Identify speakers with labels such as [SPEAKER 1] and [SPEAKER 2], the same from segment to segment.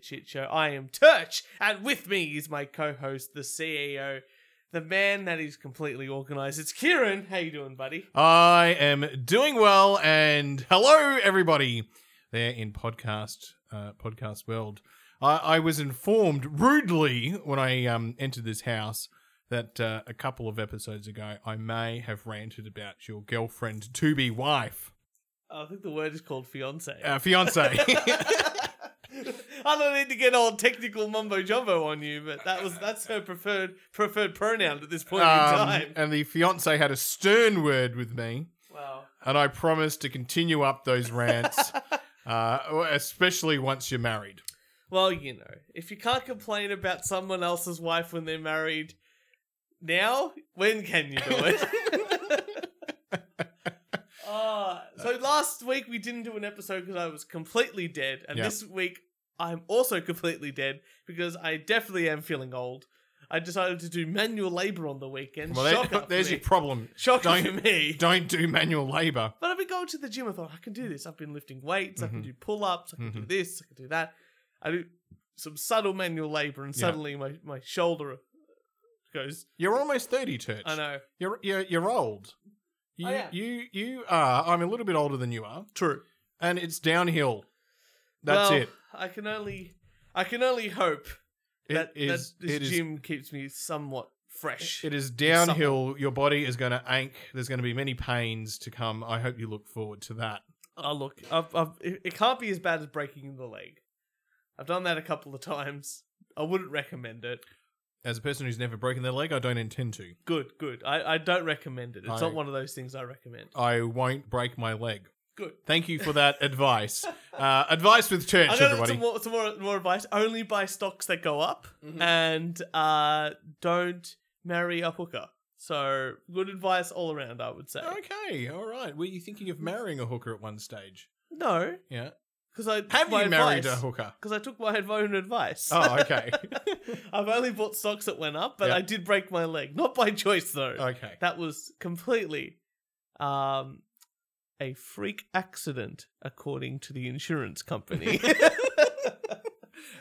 [SPEAKER 1] shit show. I am Turch, and with me is my co-host, the CEO, the man that is completely organized. It's Kieran. How you doing, buddy?
[SPEAKER 2] I am doing well, and hello everybody there in podcast uh, podcast world. I, I was informed rudely when I um, entered this house that uh, a couple of episodes ago I may have ranted about your girlfriend to be wife,
[SPEAKER 1] I think the word is called fiance.
[SPEAKER 2] uh, fiance.
[SPEAKER 1] I don't need to get all technical mumbo jumbo on you, but that was that's her preferred preferred pronoun at this point in
[SPEAKER 2] Um,
[SPEAKER 1] time.
[SPEAKER 2] and the fiance had a stern word with me,
[SPEAKER 1] Wow.
[SPEAKER 2] and I promised to continue up those rants, uh, especially once you're married.
[SPEAKER 1] Well, you know, if you can't complain about someone else's wife when they're married now, when can you do it? Ah, so last week we didn't do an episode because I was completely dead, and
[SPEAKER 2] Yeah.
[SPEAKER 1] this week I'm also completely dead because I definitely am feeling old. I decided to do manual labor on the weekend.
[SPEAKER 2] Well,
[SPEAKER 1] Shocker
[SPEAKER 2] there,
[SPEAKER 1] for
[SPEAKER 2] there's
[SPEAKER 1] me.
[SPEAKER 2] your problem.
[SPEAKER 1] Shocker
[SPEAKER 2] don't-
[SPEAKER 1] for me.
[SPEAKER 2] Don't do manual labor.
[SPEAKER 1] But I've been going to the gym. I thought I can do this. I've been lifting weights. I can
[SPEAKER 2] Mhm.
[SPEAKER 1] do pull ups. I can do
[SPEAKER 2] Mhm.
[SPEAKER 1] this. I can do that. I do some subtle manual labor, and
[SPEAKER 2] Yeah.
[SPEAKER 1] suddenly my, my shoulder goes.
[SPEAKER 2] You're almost 30, Turch.
[SPEAKER 1] I know. Oh,
[SPEAKER 2] You're, you're, you're old. You,
[SPEAKER 1] I am.
[SPEAKER 2] you, you are. I'm a little bit older than you are.
[SPEAKER 1] True.
[SPEAKER 2] And it's downhill. That's it.
[SPEAKER 1] I can only I can only hope that,
[SPEAKER 2] It is,
[SPEAKER 1] that this
[SPEAKER 2] it, is,
[SPEAKER 1] gym keeps me somewhat fresh.
[SPEAKER 2] it is downhill. Your body is going to ache. There's going to be many pains to come. I hope you look forward to that.
[SPEAKER 1] oh look, I've, I've, it it can't be as bad as breaking the leg. I've done that a couple of times. I wouldn't recommend it.
[SPEAKER 2] As a person who's never broken their leg, I don't intend to.
[SPEAKER 1] Good, good. I, I don't recommend it. It's
[SPEAKER 2] I-
[SPEAKER 1] not one of those things I recommend.
[SPEAKER 2] I won't break my leg.
[SPEAKER 1] Good.
[SPEAKER 2] Thank you for that advice. Uh, advice with Church,
[SPEAKER 1] I got
[SPEAKER 2] everybody.
[SPEAKER 1] some more, some more, more advice. Only buy stocks that go up
[SPEAKER 2] Mm. Mm-hmm.
[SPEAKER 1] and uh, don't marry a hooker. So good advice all around, I would say.
[SPEAKER 2] Okay, all right. Were you thinking of marrying a hooker at one stage?
[SPEAKER 1] No,
[SPEAKER 2] Yeah.
[SPEAKER 1] because I
[SPEAKER 2] Have you married a hooker?
[SPEAKER 1] Because I took my own advice.
[SPEAKER 2] Oh, okay.
[SPEAKER 1] I've only bought stocks that went up, but
[SPEAKER 2] Yeah.
[SPEAKER 1] I did break my leg, not by choice though.
[SPEAKER 2] okay.
[SPEAKER 1] That was completely um, a freak accident, according to the insurance company.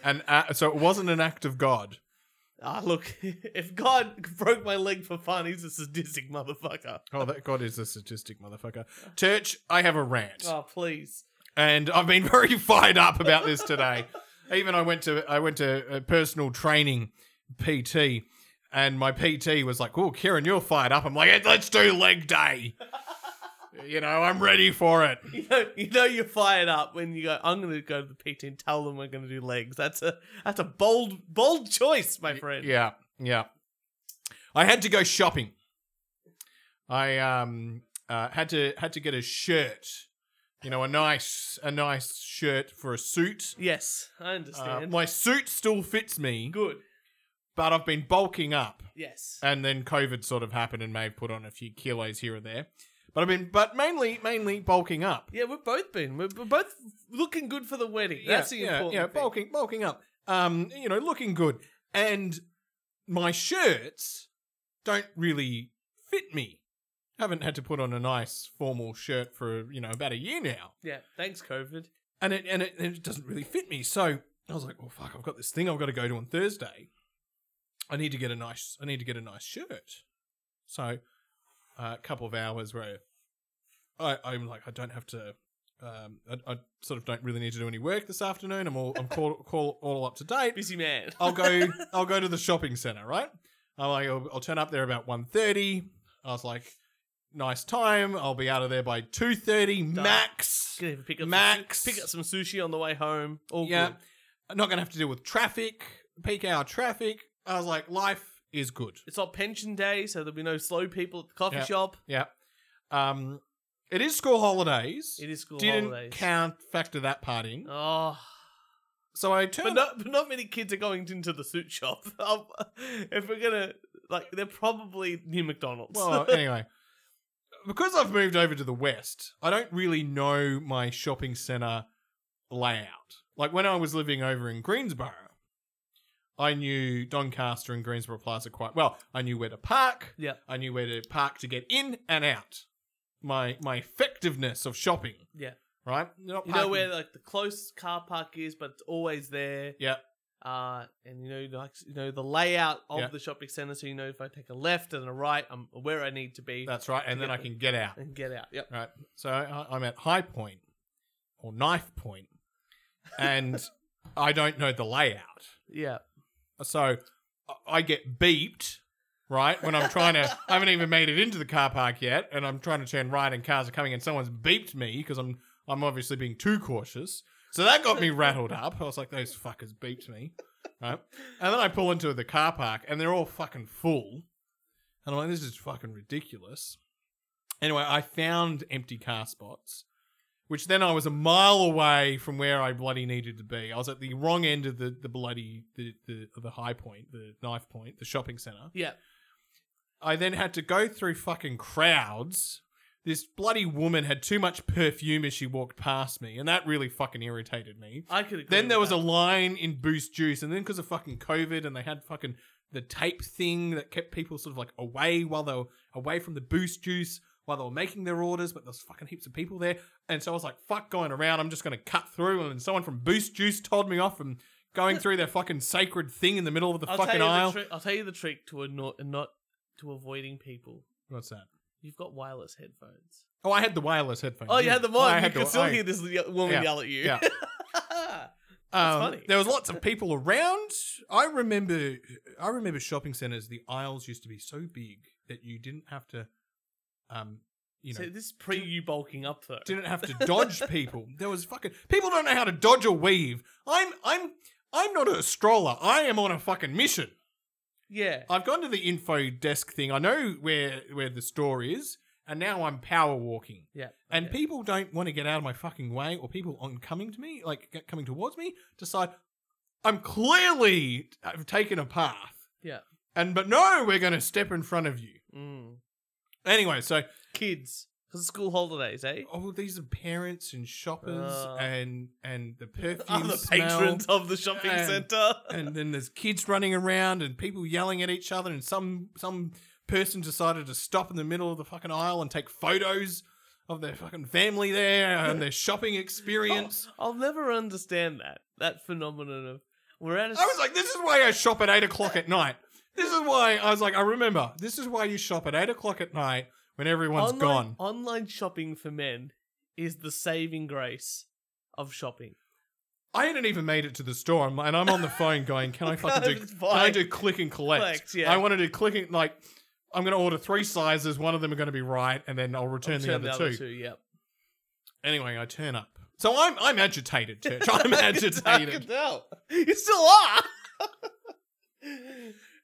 [SPEAKER 2] And uh, so it wasn't an act of God.
[SPEAKER 1] Ah, look, if God broke my leg for fun, he's a sadistic motherfucker.
[SPEAKER 2] Oh, that God is a statistic motherfucker. Church, I have a rant,
[SPEAKER 1] Oh, please.
[SPEAKER 2] and I've been very fired up about this today. Even I went to I went to uh, personal training PT, and my PT was like, "Oh, Kieran, you're fired up." I'm like, "Eh, "Let's do leg day." you know, I'm ready for it.
[SPEAKER 1] You know, you know you're fired up when you go, I'm going to go to the PT and tell them we're going to do legs. That's a that's a bold bold choice, my friend.
[SPEAKER 2] Yeah, yeah. I had to go shopping. I um uh, had to had to get a shirt, you know, a nice a nice shirt for a suit.
[SPEAKER 1] Yes, I
[SPEAKER 2] Uh,
[SPEAKER 1] understand.
[SPEAKER 2] my suit still fits me,
[SPEAKER 1] Good.
[SPEAKER 2] but I've been bulking up,
[SPEAKER 1] Yes.
[SPEAKER 2] and then COVID sort of happened and may have put on a few kilos here and there. But I've been, but mainly mainly bulking up.
[SPEAKER 1] yeah, we've both been. We're we're both looking good for the wedding. that's the important
[SPEAKER 2] yeah,
[SPEAKER 1] thing.
[SPEAKER 2] bulking bulking up. Um, you know, looking good, and my shirts don't really fit me. Haven't had to put on a nice formal shirt for you know about a year now,
[SPEAKER 1] Yeah, thanks, COVID.
[SPEAKER 2] and it and it, and it doesn't really fit me. So I was like, well, fuck, I've got this thing I've got to go to on Thursday. I need to get a nice I need to get a nice shirt. So uh, a couple of hours where I, I'm like, I don't have to. Um, I, I sort of don't really need to do any work this afternoon. I'm all I'm call, call all up to date.
[SPEAKER 1] Busy man.
[SPEAKER 2] I'll go. I'll go to the shopping center. Right. I'm like, I'll, I'll turn up there about 1.30. I was like, nice time. I'll be out of there by two thirty
[SPEAKER 1] Done.
[SPEAKER 2] max.
[SPEAKER 1] Gonna even pick up
[SPEAKER 2] Max.
[SPEAKER 1] Some, pick up some sushi on the way home. All
[SPEAKER 2] Yeah.
[SPEAKER 1] good.
[SPEAKER 2] I'm not gonna have to deal with traffic, peak hour traffic. I was like, life is good.
[SPEAKER 1] It's not pension day, so there'll be no slow people at the coffee
[SPEAKER 2] Yeah.
[SPEAKER 1] shop.
[SPEAKER 2] Yeah. Um, it is school holidays.
[SPEAKER 1] It is school
[SPEAKER 2] Didn't
[SPEAKER 1] holidays.
[SPEAKER 2] count factor that part in.
[SPEAKER 1] Oh,
[SPEAKER 2] So I
[SPEAKER 1] but
[SPEAKER 2] turned
[SPEAKER 1] not, but not many kids are going into the suit shop. Um, if we're gonna like, they're probably near McDonald's.
[SPEAKER 2] Well, uh, anyway, because I've moved over to the west, I don't really know my shopping center layout. Like when I was living over in Greensboro, I knew Doncaster and Greensboro Plaza quite well. I knew where to park.
[SPEAKER 1] Yeah.
[SPEAKER 2] I knew where to park to get in and out. My my effectiveness of shopping.
[SPEAKER 1] Yeah.
[SPEAKER 2] right? You're not
[SPEAKER 1] You know
[SPEAKER 2] parking-
[SPEAKER 1] where like the close car park is, but it's always there.
[SPEAKER 2] Yeah.
[SPEAKER 1] Uh, and you know, like you know the layout of
[SPEAKER 2] Yeah.
[SPEAKER 1] the shopping center, so you know if I take a left and a right, I'm where I need to be
[SPEAKER 2] That's right, and then I can get out.
[SPEAKER 1] and get out. Yep.
[SPEAKER 2] Right. So I, I'm at High Point or Knife Point, and I don't know the layout.
[SPEAKER 1] Yeah.
[SPEAKER 2] So I- I get beeped, right? When I'm trying to, I haven't even made it into the car park yet, and I'm trying to turn right, and cars are coming, and someone's beeped me because I'm, I'm obviously being too cautious. So that got me rattled up. I was like, those fuckers beeped me, right? And then I pull into the car park, and they're all fucking full, and I'm like, this is fucking ridiculous. Anyway, I found empty car spots. Which then I was a mile away from where I bloody needed to be. I was at the wrong end of the, the bloody the, the the high point, the knife point, the shopping center.
[SPEAKER 1] Yeah.
[SPEAKER 2] I then had to go through fucking crowds. This bloody woman had too much perfume as she walked past me, and that really fucking irritated me.
[SPEAKER 1] I could. Agree
[SPEAKER 2] Then
[SPEAKER 1] with
[SPEAKER 2] there was a
[SPEAKER 1] that.
[SPEAKER 2] line in Boost Juice, and then because of fucking COVID, and they had fucking the tape thing that kept people sort of like away while they were away from the Boost Juice while they were making their orders, but there's fucking heaps of people there, and so I was like, fuck going around. I'm just gonna cut through, and then someone from Boost Juice told me off from going through their fucking sacred thing in the middle of the
[SPEAKER 1] I'll tell
[SPEAKER 2] fucking
[SPEAKER 1] you the
[SPEAKER 2] aisle.
[SPEAKER 1] trick- I'll tell you the trick to a not, not to avoiding people.
[SPEAKER 2] What's that?
[SPEAKER 1] You've got wireless headphones.
[SPEAKER 2] Oh, I had the wireless headphones.
[SPEAKER 1] Oh, you had them on.
[SPEAKER 2] I
[SPEAKER 1] you
[SPEAKER 2] had
[SPEAKER 1] could
[SPEAKER 2] the-
[SPEAKER 1] still
[SPEAKER 2] I-
[SPEAKER 1] hear this y- woman
[SPEAKER 2] Yeah.
[SPEAKER 1] yell at you.
[SPEAKER 2] Yeah.
[SPEAKER 1] That's
[SPEAKER 2] Um,
[SPEAKER 1] funny.
[SPEAKER 2] There was lots of people around. I remember, I remember shopping centers. The aisles used to be so big that you didn't have to, um, you know,
[SPEAKER 1] so this is pre you bulking up though.
[SPEAKER 2] didn't have to dodge people. There was fucking people don't know how to dodge or weave. I'm, I'm, I'm not a stroller. I am on a fucking mission.
[SPEAKER 1] yeah.
[SPEAKER 2] I've gone to the info desk thing. I know where where the store is, and now I'm power walking.
[SPEAKER 1] Yeah.
[SPEAKER 2] And
[SPEAKER 1] okay.
[SPEAKER 2] people don't want to get out of my fucking way, or people on coming to me, like get- coming towards me, decide I'm clearly I've taken a path.
[SPEAKER 1] Yeah.
[SPEAKER 2] And but no, we're going to step in front of you.
[SPEAKER 1] Mm.
[SPEAKER 2] Anyway, so
[SPEAKER 1] Kids, because school holidays, eh?
[SPEAKER 2] oh, these are parents and shoppers
[SPEAKER 1] Uh.
[SPEAKER 2] and and the perfume
[SPEAKER 1] Are the
[SPEAKER 2] smell,
[SPEAKER 1] patrons of the shopping
[SPEAKER 2] and-
[SPEAKER 1] center?
[SPEAKER 2] and then there's kids running around and people yelling at each other, and some some person decided to stop in the middle of the fucking aisle and take photos of their fucking family there and their shopping experience.
[SPEAKER 1] I'll never understand that that phenomenon of we're at a
[SPEAKER 2] I was like, this is why I shop at eight o'clock at night. This is why I was like, I remember. This is why you shop at eight o'clock at night when everyone's
[SPEAKER 1] online,
[SPEAKER 2] gone.
[SPEAKER 1] online shopping for men is the saving grace of shopping.
[SPEAKER 2] I hadn't even made it to the store, I'm- and I'm on the phone going, "Can I fucking do?
[SPEAKER 1] It's
[SPEAKER 2] Can I
[SPEAKER 1] fine.
[SPEAKER 2] do click and collect?
[SPEAKER 1] Collect, yeah.
[SPEAKER 2] I want to do click and like. I'm going to order three sizes. One of them are going to be right, and then I'll return,
[SPEAKER 1] Turn
[SPEAKER 2] the, other two.
[SPEAKER 1] Yep.
[SPEAKER 2] Anyway, I turn up. So I'm I'm agitated, Church. I'm
[SPEAKER 1] I can
[SPEAKER 2] agitated.
[SPEAKER 1] tell. You still are.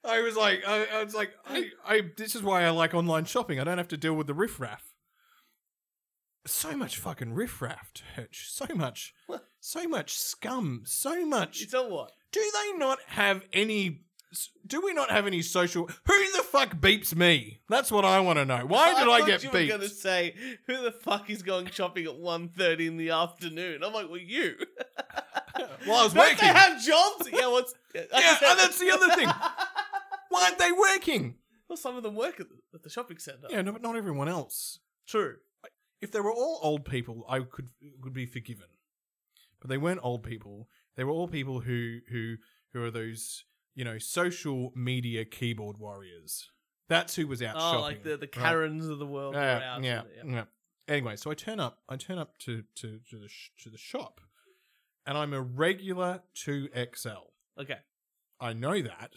[SPEAKER 2] I was like, I, I was like, I, I. This is why I like online shopping. I don't have to deal with the riffraff. So much fucking riffraff, Church. So much, so much scum. So much.
[SPEAKER 1] you tell what?
[SPEAKER 2] Do they not have any? Do we not have any social? Who the fuck beeps me? That's what I want to know. Why did I,
[SPEAKER 1] thought
[SPEAKER 2] get
[SPEAKER 1] you
[SPEAKER 2] beeped?
[SPEAKER 1] were going to say, who the fuck is going shopping at 1.30 in the afternoon? I'm like, well, you.
[SPEAKER 2] Well, I was
[SPEAKER 1] Don't
[SPEAKER 2] working.
[SPEAKER 1] they have jobs? yeah, what's...
[SPEAKER 2] yeah, and that's the other thing. Why aren't they working?
[SPEAKER 1] Well, some of them work at the, at the shopping centre.
[SPEAKER 2] Yeah, no, but not everyone else.
[SPEAKER 1] True.
[SPEAKER 2] If they were all old people, I could could be forgiven. But they weren't old people. They were all people who who who are those you know social media keyboard warriors. That's who was out
[SPEAKER 1] oh,
[SPEAKER 2] shopping.
[SPEAKER 1] like the, the
[SPEAKER 2] right?
[SPEAKER 1] Karens of the world. who are
[SPEAKER 2] yeah,
[SPEAKER 1] out
[SPEAKER 2] yeah,
[SPEAKER 1] and-
[SPEAKER 2] yeah. Anyway, so I turn up. I turn up to to to the sh- to the shop, and I'm a regular two XL.
[SPEAKER 1] Okay.
[SPEAKER 2] I know that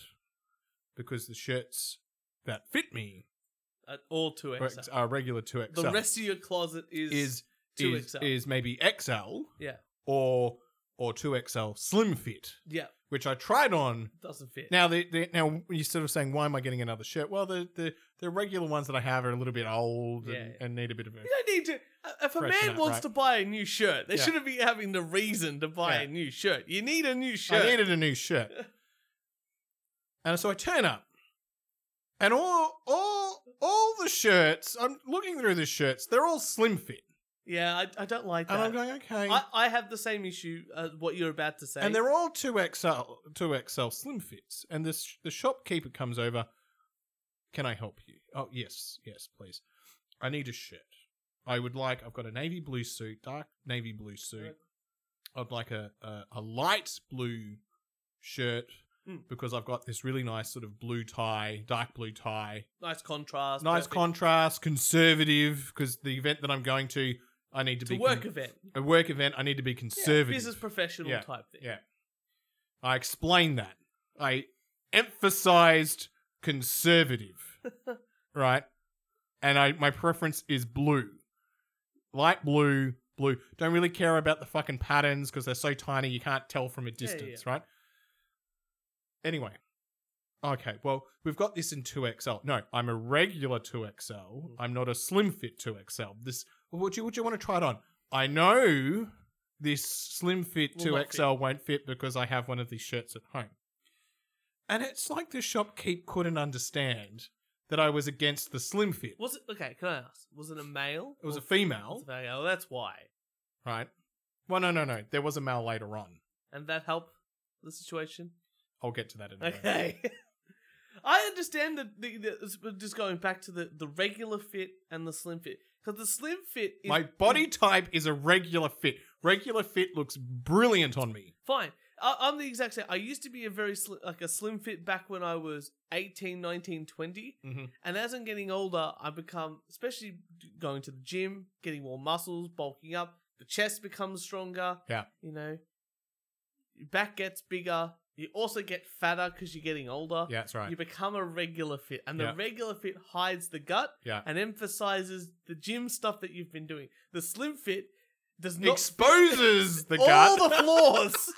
[SPEAKER 2] because the shirts that fit me
[SPEAKER 1] At uh, all two
[SPEAKER 2] are,
[SPEAKER 1] XL.
[SPEAKER 2] ex- are regular two XL.
[SPEAKER 1] The rest of your closet is,
[SPEAKER 2] is
[SPEAKER 1] two
[SPEAKER 2] is,
[SPEAKER 1] XL.
[SPEAKER 2] is maybe XL.
[SPEAKER 1] Yeah.
[SPEAKER 2] Or or two XL slim fit,
[SPEAKER 1] yeah,
[SPEAKER 2] which I tried on.
[SPEAKER 1] doesn't fit.
[SPEAKER 2] Now the, the now you're sort of saying, why am I getting another shirt? Well, the the, the regular ones that I have are a little bit old
[SPEAKER 1] Yeah,
[SPEAKER 2] and,
[SPEAKER 1] yeah.
[SPEAKER 2] and need a bit of a
[SPEAKER 1] you don't need to. uh, If a
[SPEAKER 2] Freshen
[SPEAKER 1] man
[SPEAKER 2] up,
[SPEAKER 1] wants
[SPEAKER 2] right.
[SPEAKER 1] to buy a new shirt, they
[SPEAKER 2] Yeah.
[SPEAKER 1] shouldn't be having the reason to buy
[SPEAKER 2] Yeah.
[SPEAKER 1] a new shirt. You need a new
[SPEAKER 2] I
[SPEAKER 1] shirt.
[SPEAKER 2] needed a new shirt. and so I turn up. And all all all the shirts, I'm looking through the shirts, they're all slim fit.
[SPEAKER 1] yeah, I, I don't like that.
[SPEAKER 2] And I'm going, okay.
[SPEAKER 1] I, I have the same issue uh, what you're about to say.
[SPEAKER 2] and they're all 2XL 2XL slim fits. And this the shopkeeper comes over, "Can I help you?" "Oh, yes, yes, please. I need a shirt." I would like. I've got a navy blue suit, dark navy blue suit. I'd like a a, a light blue shirt
[SPEAKER 1] Mm.
[SPEAKER 2] because I've got this really nice sort of blue tie, dark blue tie.
[SPEAKER 1] Nice contrast.
[SPEAKER 2] nice
[SPEAKER 1] perfect.
[SPEAKER 2] contrast, conservative. Because the event that I'm going to, I need to
[SPEAKER 1] It's
[SPEAKER 2] be
[SPEAKER 1] a work
[SPEAKER 2] con-
[SPEAKER 1] event.
[SPEAKER 2] a work event. I need to be
[SPEAKER 1] Yeah,
[SPEAKER 2] conservative.
[SPEAKER 1] business professional
[SPEAKER 2] Yeah,
[SPEAKER 1] type thing.
[SPEAKER 2] yeah. I explained that. I emphasized conservative, right? And I my preference is blue, light blue, blue. Don't really care about the fucking patterns because they're so tiny you can't tell from a
[SPEAKER 1] yeah,
[SPEAKER 2] distance, right? Anyway, okay. Well, we've got this in two XL. No, I'm a regular two XL.
[SPEAKER 1] Mm.
[SPEAKER 2] I'm not a slim fit two XL. This would you would you want to try it on? I know this slim fit
[SPEAKER 1] Will not
[SPEAKER 2] 2XL won't fit because I have one of these shirts at home. And it's like the shopkeep couldn't understand that I was against the slim fit.
[SPEAKER 1] Was it okay? Can I ask? Was it a male?
[SPEAKER 2] It was
[SPEAKER 1] or-
[SPEAKER 2] a female,
[SPEAKER 1] It's a female. That's why,
[SPEAKER 2] right? Well, no, no, no. There was a male later on.
[SPEAKER 1] and that helped the situation.
[SPEAKER 2] I'll get to that in a minute.
[SPEAKER 1] Okay. I understand that the, the just going back to the, the regular fit and the slim fit because the slim fit is
[SPEAKER 2] My body type is a regular fit. Regular fit looks brilliant on me.
[SPEAKER 1] fine. I, I'm the exact same. I used to be a very sli- like a slim fit back when I was 18, 19, 20.
[SPEAKER 2] Mhm.
[SPEAKER 1] And as I'm getting older, I become especially going to the gym, getting more muscles, bulking up. The chest becomes stronger.
[SPEAKER 2] Yeah.
[SPEAKER 1] you know, your back gets bigger. You also get fatter because you're getting older.
[SPEAKER 2] Yeah, that's right.
[SPEAKER 1] You become a regular fit, and the
[SPEAKER 2] Yeah.
[SPEAKER 1] regular fit hides the gut
[SPEAKER 2] Yeah.
[SPEAKER 1] and emphasizes the gym stuff that you've been doing. The slim fit does not
[SPEAKER 2] Exposes the
[SPEAKER 1] all
[SPEAKER 2] gut.
[SPEAKER 1] the flaws,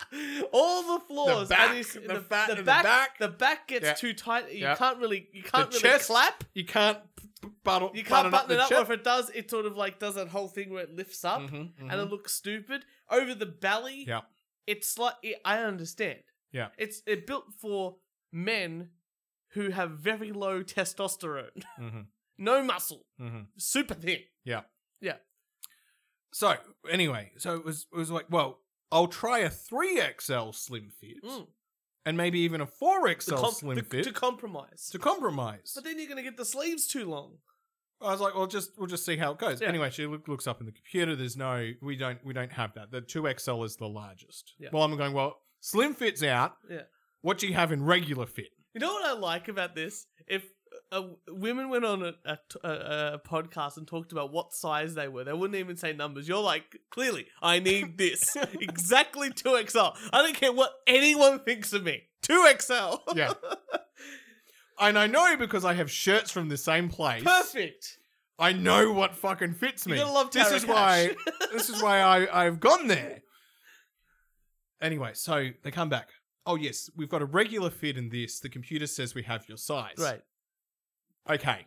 [SPEAKER 1] all the flaws.
[SPEAKER 2] back,
[SPEAKER 1] and it's-
[SPEAKER 2] the fat in the
[SPEAKER 1] back,
[SPEAKER 2] back.
[SPEAKER 1] the back gets
[SPEAKER 2] Yeah.
[SPEAKER 1] too tight. You
[SPEAKER 2] Yeah.
[SPEAKER 1] can't really, you can't really
[SPEAKER 2] chest.
[SPEAKER 1] clap.
[SPEAKER 2] you can't b- b- button,
[SPEAKER 1] You can't button it up.
[SPEAKER 2] the
[SPEAKER 1] Or if it does, it sort of like does that whole thing where it lifts up
[SPEAKER 2] Mm-hmm,
[SPEAKER 1] and it looks stupid over the belly.
[SPEAKER 2] Yeah.
[SPEAKER 1] it's like it, I understand.
[SPEAKER 2] Yeah.
[SPEAKER 1] it's it built for men who have very low testosterone,
[SPEAKER 2] Mm-hmm.
[SPEAKER 1] no muscle,
[SPEAKER 2] Mm-hmm.
[SPEAKER 1] super thin.
[SPEAKER 2] So anyway, so it was it was like, well, I'll try a three XL slim fit
[SPEAKER 1] Mm.
[SPEAKER 2] and maybe even a four XL
[SPEAKER 1] To com-
[SPEAKER 2] slim
[SPEAKER 1] to-
[SPEAKER 2] fit
[SPEAKER 1] to
[SPEAKER 2] to,
[SPEAKER 1] compromise.
[SPEAKER 2] compromise.
[SPEAKER 1] but then you're gonna get the sleeves too long.
[SPEAKER 2] I was like, well, just we'll just see how it goes.
[SPEAKER 1] Yeah.
[SPEAKER 2] Anyway, she look, looks up in the computer. There's no, we don't we don't have that. The two XL is the largest.
[SPEAKER 1] Yeah.
[SPEAKER 2] Well, I'm going. Well, slim fit's out.
[SPEAKER 1] Yeah.
[SPEAKER 2] What do you have in regular fit?
[SPEAKER 1] You know what I like about this? If uh, women went on a, a t- a- a podcast and talked about what size they were, they wouldn't even say numbers. You're like, clearly, I need this exactly two XL. I don't care what anyone thinks of me. Two XL.
[SPEAKER 2] Yeah. and I know because I have shirts from the same place.
[SPEAKER 1] Perfect.
[SPEAKER 2] I know what fucking fits me.
[SPEAKER 1] You're gonna love
[SPEAKER 2] this
[SPEAKER 1] Tara
[SPEAKER 2] is
[SPEAKER 1] Cash.
[SPEAKER 2] why this is why I, I've gone there. Anyway, so they come back. Oh yes, we've got a regular fit in this. The computer says we have your size.
[SPEAKER 1] Right.
[SPEAKER 2] Okay.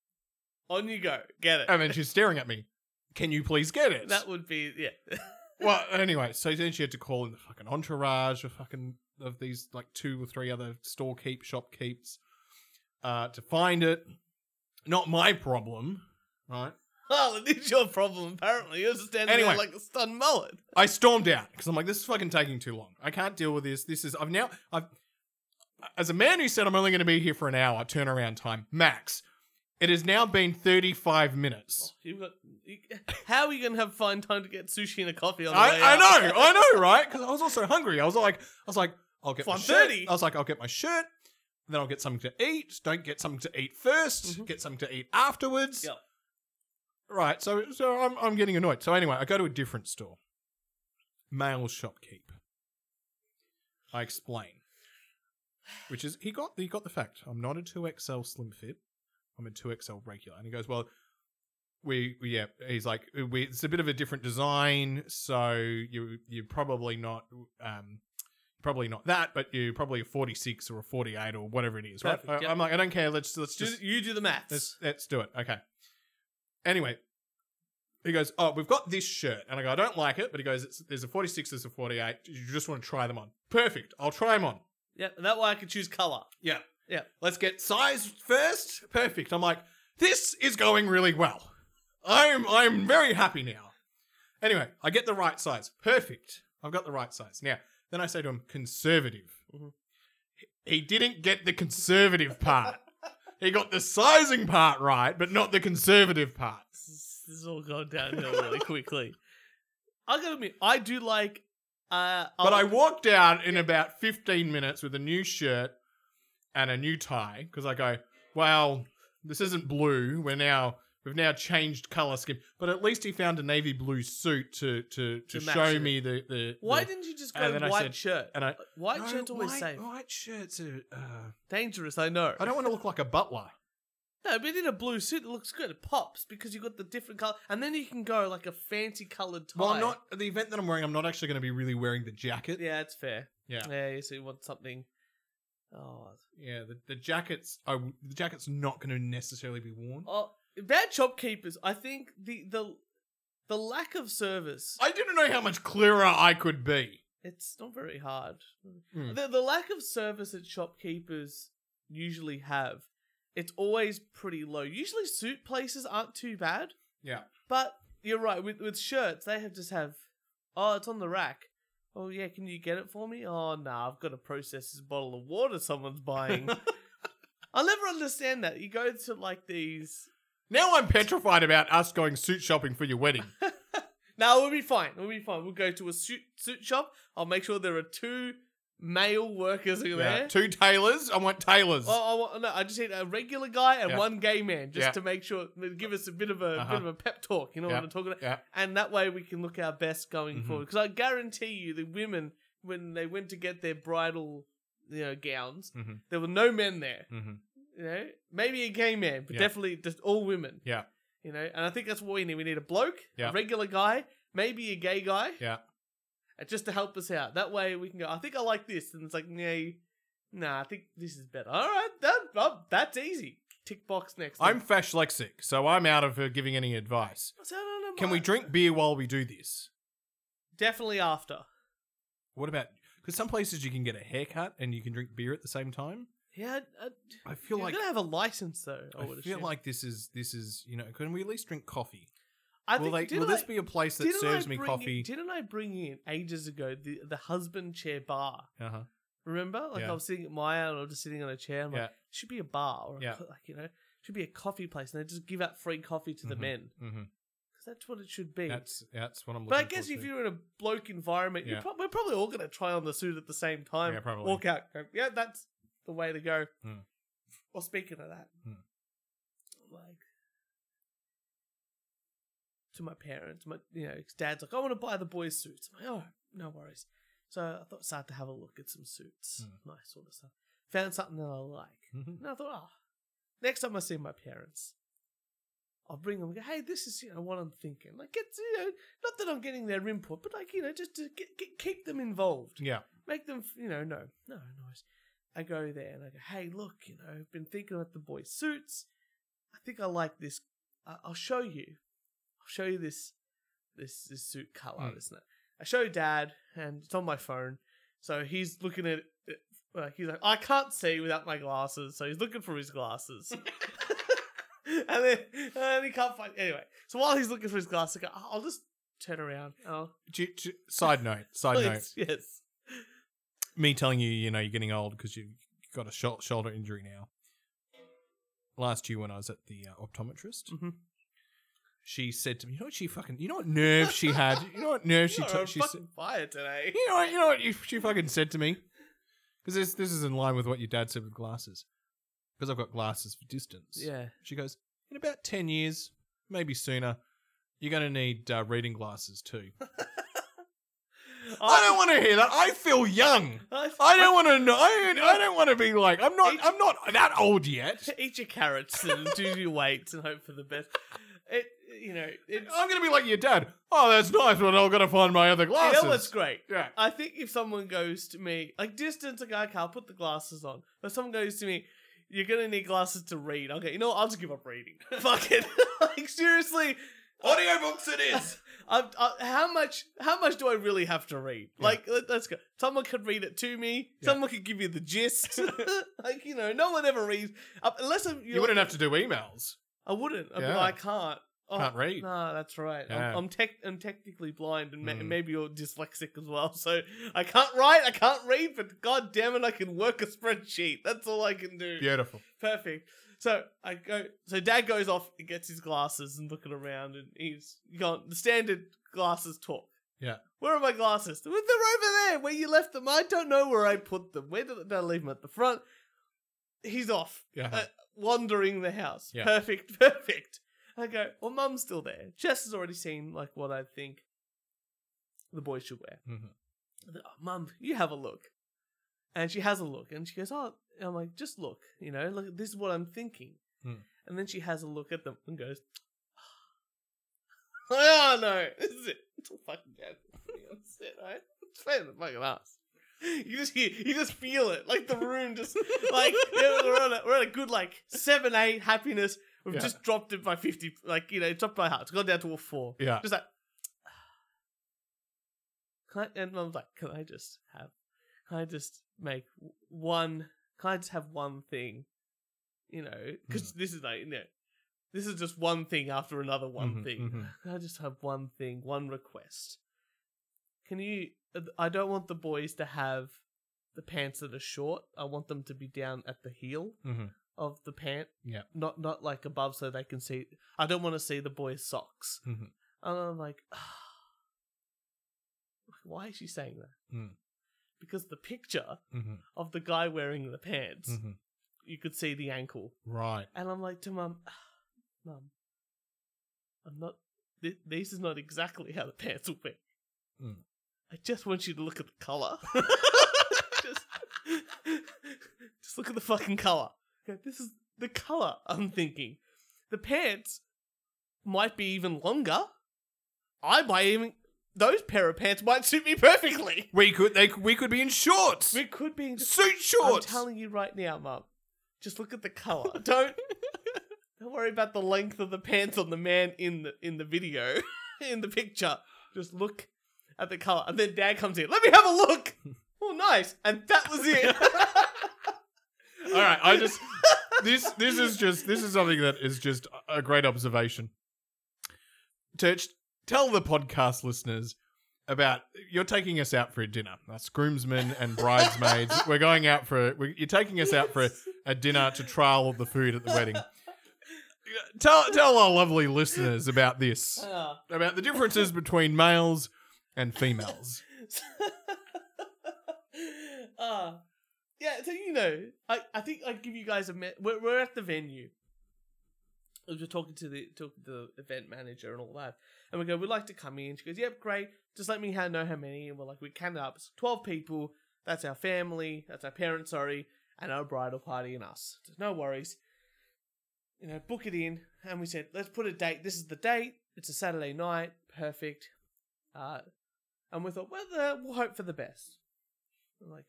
[SPEAKER 1] On you go. Get it.
[SPEAKER 2] And then she's staring at me. Can you please get it?
[SPEAKER 1] that would be yeah.
[SPEAKER 2] well, anyway, so then she had to call in the fucking entourage of fucking of these like two or three other storekeep, shopkeeps, uh, to find it. Not my problem, right?
[SPEAKER 1] Well, it Oh, is your problem apparently. You're just standing
[SPEAKER 2] Anyway.
[SPEAKER 1] there like a stunned mullet.
[SPEAKER 2] I stormed out because I'm like, this is fucking taking too long. I can't deal with this. This is I've now I've as a man who said I'm only going to be here for an hour turnaround time max. It has now been 35
[SPEAKER 1] Oh,
[SPEAKER 2] minutes.
[SPEAKER 1] You've got. You, how are you gonna have fine time to get sushi and a coffee on the way
[SPEAKER 2] I, I
[SPEAKER 1] out?
[SPEAKER 2] know, I know, right? Because I was also hungry. I was like, I was like, I'll get my shirt.
[SPEAKER 1] 1:30.
[SPEAKER 2] I was like, I'll get my shirt. Then I'll get something to eat. Don't get something to eat 1st
[SPEAKER 1] Mhm.
[SPEAKER 2] Get something to eat afterwards.
[SPEAKER 1] Yep.
[SPEAKER 2] Right. So, so I'm I'm getting annoyed. So anyway, I go to a different store. Male shopkeep. I explain, which is he got he got the fact. I'm not a two XL slim fit. I'm a two XL regular, and he goes, well, we yeah he's like "Uh, we, it's a bit of a different design so you you're probably not um probably not that but you're probably a 46 or a 48 or whatever it is
[SPEAKER 1] Perfect,
[SPEAKER 2] right I,
[SPEAKER 1] yeah.
[SPEAKER 2] i'm like i don't care let's let's
[SPEAKER 1] Do,
[SPEAKER 2] just
[SPEAKER 1] you do the maths.
[SPEAKER 2] let's let's do it okay anyway he goes oh we've got this shirt and i go i don't like it but he goes it's, there's a 46 there's a 48 you just want to try them on perfect i'll try them on
[SPEAKER 1] Yeah, and that way I could choose color.
[SPEAKER 2] yeah
[SPEAKER 1] Yeah.
[SPEAKER 2] let's get size first perfect i'm like this is going really well. I'm I'm very happy now. Anyway, I get the right size. Perfect. I've got the right size. Now, then I say to him, conservative.
[SPEAKER 1] Mhm.
[SPEAKER 2] He didn't get the conservative part. he got the sizing part right, but not the conservative part.
[SPEAKER 1] This is This has all gone downhill really quickly. I gotta admit, I do like. Uh,
[SPEAKER 2] But I walked out in about 15 minutes with a new shirt and a new tie because I go, well, this isn't blue. We're now we've now changed color scheme. But at least he found a navy blue suit to to to,
[SPEAKER 1] To match
[SPEAKER 2] show
[SPEAKER 1] it.
[SPEAKER 2] me the the.
[SPEAKER 1] Why
[SPEAKER 2] the-
[SPEAKER 1] didn't you just
[SPEAKER 2] and
[SPEAKER 1] go
[SPEAKER 2] then I
[SPEAKER 1] white
[SPEAKER 2] said-
[SPEAKER 1] shirt?
[SPEAKER 2] and I
[SPEAKER 1] White
[SPEAKER 2] No,
[SPEAKER 1] shirt's always
[SPEAKER 2] white,
[SPEAKER 1] safe.
[SPEAKER 2] White shirts are. Uh,
[SPEAKER 1] Dangerous, I know.
[SPEAKER 2] I don't want to look like a butler.
[SPEAKER 1] No, but in a blue suit, it looks good. It pops because you got the different color, and then you can go like a fancy colored tie.
[SPEAKER 2] Well, I'm not the event that I'm wearing. I'm not actually going to be really wearing the jacket.
[SPEAKER 1] Yeah, it's fair.
[SPEAKER 2] yeah,
[SPEAKER 1] Yeah, yeah so you want something. Oh,
[SPEAKER 2] Yeah, The, the jackets. I w the jacket's not going to necessarily be worn.
[SPEAKER 1] oh, bad shopkeepers. I think the the the lack of service.
[SPEAKER 2] I didn't know how much clearer I could be.
[SPEAKER 1] It's not very hard.
[SPEAKER 2] Hmm.
[SPEAKER 1] The the lack of service that shopkeepers usually have, it's always pretty low. Usually, suit places aren't too bad.
[SPEAKER 2] Yeah.
[SPEAKER 1] But you're right with with shirts, they have just have. Oh, it's on the rack. Oh yeah, can you get it for me? Oh nah, I've got to process this bottle of water someone's buying. I'll never understand that. You go to like these.
[SPEAKER 2] Now I'm petrified about us going suit shopping for your wedding.
[SPEAKER 1] No, we'll be fine. We'll be fine. We'll go to a suit suit shop. I'll make sure there are two male workers there.
[SPEAKER 2] Yeah, Two tailors. I want tailors.
[SPEAKER 1] Oh, I want, no, I just need a regular guy and
[SPEAKER 2] Yeah.
[SPEAKER 1] one gay man, just
[SPEAKER 2] Yeah.
[SPEAKER 1] to make sure give us a bit of a
[SPEAKER 2] Uh-huh.
[SPEAKER 1] bit of a pep talk. You know
[SPEAKER 2] Yeah.
[SPEAKER 1] what I'm talking about?
[SPEAKER 2] Yeah.
[SPEAKER 1] And that way we can look our best going
[SPEAKER 2] Mhm.
[SPEAKER 1] forward. Because I guarantee you, the women when they went to get their bridal, you know, gowns,
[SPEAKER 2] Mhm.
[SPEAKER 1] there were no men there.
[SPEAKER 2] Mm-hmm.
[SPEAKER 1] You know, maybe a gay man, but
[SPEAKER 2] Yeah.
[SPEAKER 1] definitely just all women.
[SPEAKER 2] Yeah.
[SPEAKER 1] You know, and I think that's what we need. We need a bloke,
[SPEAKER 2] Yeah.
[SPEAKER 1] a regular guy, maybe a gay guy.
[SPEAKER 2] Yeah.
[SPEAKER 1] uh, Just to help us out. That way we can go, I think I like this. And it's like, nah, you- nah, I think this is better. All right, that, uh, that's easy. Tick box next.
[SPEAKER 2] I'm fashlexic, so I'm out of her giving any advice.
[SPEAKER 1] So, no, no,
[SPEAKER 2] Can
[SPEAKER 1] my-
[SPEAKER 2] we drink beer while we do this?
[SPEAKER 1] Definitely after.
[SPEAKER 2] What about? Because some places you can get a haircut and you can drink beer at the same time.
[SPEAKER 1] Yeah, uh,
[SPEAKER 2] I feel
[SPEAKER 1] you're
[SPEAKER 2] like
[SPEAKER 1] going to have a license, though, I
[SPEAKER 2] I,
[SPEAKER 1] would
[SPEAKER 2] feel
[SPEAKER 1] assume.
[SPEAKER 2] like this is this is you know. Can we at least drink coffee?
[SPEAKER 1] I
[SPEAKER 2] will
[SPEAKER 1] think,
[SPEAKER 2] they, will
[SPEAKER 1] didn't
[SPEAKER 2] this
[SPEAKER 1] I-
[SPEAKER 2] be a place that
[SPEAKER 1] didn't I
[SPEAKER 2] serves me
[SPEAKER 1] bring in-
[SPEAKER 2] coffee?
[SPEAKER 1] didn't I bring in ages ago the, the husband chair bar?
[SPEAKER 2] uh-huh.
[SPEAKER 1] Remember? Like
[SPEAKER 2] Yeah.
[SPEAKER 1] I was sitting at Maya and I was just sitting on a chair. I'm like,
[SPEAKER 2] Yeah.
[SPEAKER 1] should be a bar or a
[SPEAKER 2] Yeah.
[SPEAKER 1] co- like, you know, should be a coffee place. And they just give out free coffee to the
[SPEAKER 2] Mhm.
[SPEAKER 1] men.
[SPEAKER 2] hmm
[SPEAKER 1] Because that's what it should be.
[SPEAKER 2] That's that's what I'm looking.
[SPEAKER 1] but I guess
[SPEAKER 2] forward
[SPEAKER 1] if
[SPEAKER 2] to.
[SPEAKER 1] you're in a bloke environment,
[SPEAKER 2] Yeah.
[SPEAKER 1] you're prob- we're probably all going to try on the suit at the same time.
[SPEAKER 2] Yeah, probably.
[SPEAKER 1] Walk out. Go, yeah, that's the way to go.
[SPEAKER 2] Hmm.
[SPEAKER 1] Well, speaking of that,
[SPEAKER 2] Hmm.
[SPEAKER 1] like to my parents, my you know, dad's like, I want to buy the boys suits. I'm like, oh, no worries. So I thought start to have a look at some suits,
[SPEAKER 2] Hmm.
[SPEAKER 1] nice sort of stuff. Found something that I like.
[SPEAKER 2] Mhm.
[SPEAKER 1] And I thought, ah, next time I see my parents, I'll bring them. and Go, hey, this is you know what I'm thinking. Like, it's you know, not that I'm getting their input, but like you know, just to get, get, keep them involved,
[SPEAKER 2] yeah,
[SPEAKER 1] make them you know, no, no, nice. I go there and I go, hey, look, you know, I've been thinking about the boys' suits. I think I like this. I- I'll show you. I'll show you this, this, this suit color,
[SPEAKER 2] Hmm.
[SPEAKER 1] this and that. I show Dad, and it's on my phone, so he's looking at. it. Uh, he's like, I can't see without my glasses, so he's looking for his glasses. and then and he can't find anyway. So while he's looking for his glasses, I go, "Oh, I'll just turn around. Oh,
[SPEAKER 2] Ju- ju- side note, side note.
[SPEAKER 1] please, yes.
[SPEAKER 2] Me telling you, you know, you're getting old because you've got a shou- shoulder injury now. Last year, when I was at the uh, optometrist,
[SPEAKER 1] Mhm.
[SPEAKER 2] she said to me, "You know what she fucking, you know what nerve she had, you know what nerve she
[SPEAKER 1] You're
[SPEAKER 2] took."
[SPEAKER 1] on
[SPEAKER 2] She
[SPEAKER 1] fucking
[SPEAKER 2] said,
[SPEAKER 1] fire today.
[SPEAKER 2] "You know what, you know what you- she fucking said to me." Because this this is in line with what your dad said with glasses. Because I've got glasses for distance.
[SPEAKER 1] Yeah.
[SPEAKER 2] She goes, in about 10 years, maybe sooner, you're going to need uh, reading glasses too. I don't want to hear that. I feel young.
[SPEAKER 1] I,
[SPEAKER 2] I don't want to know. I, I don't want to be like, I'm not, I'm not that old yet.
[SPEAKER 1] eat your carrots and do your weights and hope for the best. It you know it's
[SPEAKER 2] I'm going to be like your dad. Oh, that's nice, but I've got to find my other
[SPEAKER 1] you
[SPEAKER 2] glasses.
[SPEAKER 1] know what's great.
[SPEAKER 2] yeah.
[SPEAKER 1] I think if someone goes to me, like distance, like I can't put the glasses on, but someone goes to me, you're gonna need glasses to read. Okay, you know what? I'll just give up reading. Fuck it. like seriously,
[SPEAKER 2] Audiobooks it is.
[SPEAKER 1] I've, I, how much? How much do I really have to read?
[SPEAKER 2] Yeah.
[SPEAKER 1] Like, let, us go. Someone could read it to me.
[SPEAKER 2] Yeah.
[SPEAKER 1] Someone could give you the gist. like you know, no one ever reads uh, unless I'm,
[SPEAKER 2] you wouldn't have to do emails.
[SPEAKER 1] I wouldn't. I'd be
[SPEAKER 2] Yeah.
[SPEAKER 1] like, I can't. Oh,
[SPEAKER 2] Can't read.
[SPEAKER 1] No, that's right.
[SPEAKER 2] Yeah.
[SPEAKER 1] I'm, I'm, tech, I'm technically blind, and ma-
[SPEAKER 2] Mm.
[SPEAKER 1] maybe you're dyslexic as well. So I can't write, I can't read, but god damn it, I can work a spreadsheet. That's all I can do.
[SPEAKER 2] Beautiful.
[SPEAKER 1] Perfect. So I go. So Dad goes off and gets his glasses and looking around, and he's gone. The standard glasses talk.
[SPEAKER 2] Yeah.
[SPEAKER 1] Where are my glasses? They're over there where you left them. I don't know where I put them. Where did I leave them at the front? He's off
[SPEAKER 2] Yeah.
[SPEAKER 1] Uh, wandering the house.
[SPEAKER 2] Yeah.
[SPEAKER 1] Perfect, perfect. I go. Well, Mum's still there. Jess has already seen like what I think the boys should wear.
[SPEAKER 2] Mhm.
[SPEAKER 1] I said, "Oh, Mum, you have a look. And she has a look and she goes, Oh, I'm like, just look, you know, look, this is what I'm thinking.
[SPEAKER 2] Hmm.
[SPEAKER 1] And then she has a look at them and goes, Oh, no, this is it. It's all fucking dead. That's it, right? It's playing the fucking ass. You just hear, you just feel it. Like the room just, like, yeah, we're, on a, we're on a good, like, 7 8 happiness. We've
[SPEAKER 2] Yeah.
[SPEAKER 1] just dropped it by 50, like, you know, dropped by half. It's gone down to a 4.
[SPEAKER 2] Yeah.
[SPEAKER 1] Just like, can I, and I'm like, can I just have, can I just make w- one, can I just have one thing, you know, because this is like, you know, this is just one thing after another one
[SPEAKER 2] Mhm,
[SPEAKER 1] thing.
[SPEAKER 2] mhm.
[SPEAKER 1] Can I just have one thing, one request? Can you, I don't want the boys to have the pants that are short. I want them to be down at the heel
[SPEAKER 2] Mhm.
[SPEAKER 1] of the pant.
[SPEAKER 2] Yeah.
[SPEAKER 1] Not, not like above so they can see, I don't want to see the boys' socks.
[SPEAKER 2] Mhm.
[SPEAKER 1] And I'm like, "Ah." why is she saying that?
[SPEAKER 2] Mm.
[SPEAKER 1] Because the picture
[SPEAKER 2] Mhm.
[SPEAKER 1] of the guy wearing the pants,
[SPEAKER 2] Mhm.
[SPEAKER 1] you could see the ankle.
[SPEAKER 2] Right.
[SPEAKER 1] And I'm like to mum, "Ah, mum, I'm not, th- this is not exactly how the pants will be. Hmm.
[SPEAKER 2] Mm.
[SPEAKER 1] I just want you to look at the color. just, just look at the fucking color. This is the color I'm thinking. The pants might be even longer. I might even, those pair of pants might suit me perfectly.
[SPEAKER 2] We could they could- we could be in shorts.
[SPEAKER 1] We could be in
[SPEAKER 2] Suit
[SPEAKER 1] I'm
[SPEAKER 2] shorts.
[SPEAKER 1] telling you right now, Mum. Just look at the color. Don't don't worry about the length of the pants on the man in the in the video, in the picture. Just look at the color, and then Dad comes in. Let me have a look. Oh, nice! And that was it.
[SPEAKER 2] All right, I just this this is just this is something that is just a great observation. Church, tell the podcast listeners about you're taking us out for a dinner. That's groomsmen and bridesmaids. We're going out for a, we you're taking us out for a, a dinner to trial all the food at the wedding. Tell tell our lovely listeners about this
[SPEAKER 1] Ah.
[SPEAKER 2] about the differences between males and females.
[SPEAKER 1] Ah. yeah, so you know, I, I think I give you guys a me- we're, we're at the venue. I was talking to the talking to the event manager and all that, and we go, we'd like to come in. She goes, yep, great. Just let me ha- know how many, and we're like, we count it up. It's twelve people. That's our family. That's our parents. Sorry, and our bridal party and us. No worries. You know, book it in, and we said, let's put a date. This is the date. It's a Saturday night. Perfect. Uh, and we thought, well, the, we'll hope for the best. I'm like,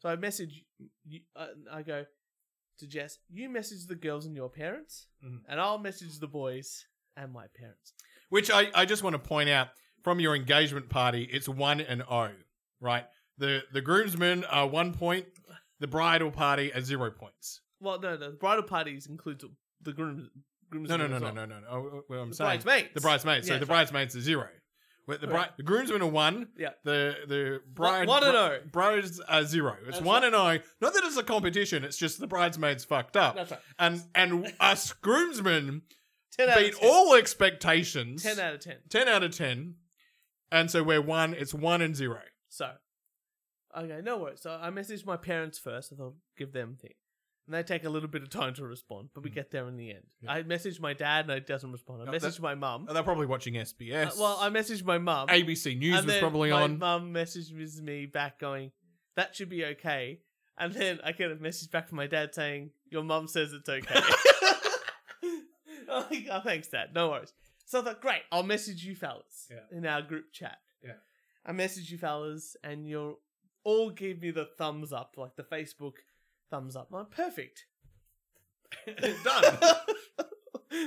[SPEAKER 1] so I message, you, uh, I go to Jess, you message the girls and your parents,
[SPEAKER 2] Mhm.
[SPEAKER 1] and I'll message the boys and my parents.
[SPEAKER 2] Which I, I just want to point out from your engagement party, it's one and O, right? The the groomsmen are one point, the bridal party are zero points.
[SPEAKER 1] Well, no, no, the bridal parties includes the groom, grooms.
[SPEAKER 2] No, no, no, no, no, no, no. Oh, well, I'm
[SPEAKER 1] The
[SPEAKER 2] saying
[SPEAKER 1] bridesmaids.
[SPEAKER 2] the bridesmaids. So
[SPEAKER 1] Yeah,
[SPEAKER 2] the
[SPEAKER 1] that's
[SPEAKER 2] bridesmaids are zero. But the, bri-
[SPEAKER 1] Right.
[SPEAKER 2] the groomsmen are one.
[SPEAKER 1] Yeah.
[SPEAKER 2] The the bride
[SPEAKER 1] one and
[SPEAKER 2] bri-
[SPEAKER 1] O.
[SPEAKER 2] brides are zero. It's
[SPEAKER 1] That's
[SPEAKER 2] one and O. Not that it's a competition. It's just the bridesmaids fucked up,
[SPEAKER 1] That's right.
[SPEAKER 2] and and us groomsmen
[SPEAKER 1] Ten out
[SPEAKER 2] beat
[SPEAKER 1] of ten.
[SPEAKER 2] all expectations.
[SPEAKER 1] Ten out of ten.
[SPEAKER 2] 10 out of 10. And so we're one, it's one and zero.
[SPEAKER 1] So, okay, no worries. So I messaged my parents first. I thought, give them thing. And they take a little bit of time to respond, but we
[SPEAKER 2] Mm.
[SPEAKER 1] get there in the end.
[SPEAKER 2] Yeah.
[SPEAKER 1] I messaged my dad, and he doesn't respond. I
[SPEAKER 2] No, that-
[SPEAKER 1] messaged my mum.
[SPEAKER 2] And they're probably watching SBS.
[SPEAKER 1] Uh, well, I messaged my mum.
[SPEAKER 2] ABC News
[SPEAKER 1] and
[SPEAKER 2] was
[SPEAKER 1] then
[SPEAKER 2] probably
[SPEAKER 1] my
[SPEAKER 2] on.
[SPEAKER 1] mum messaged me back going, that should be okay. And then I get a message back from my dad saying, your mum says it's okay. I'm like, oh, thanks, dad. No worries. So I thought, great, I'll message you fellas
[SPEAKER 2] Yeah.
[SPEAKER 1] in our group chat.
[SPEAKER 2] Yeah.
[SPEAKER 1] I message you fellas and you'll all give me the thumbs up, like the Facebook thumbs up. i perfect.
[SPEAKER 2] Done.
[SPEAKER 1] that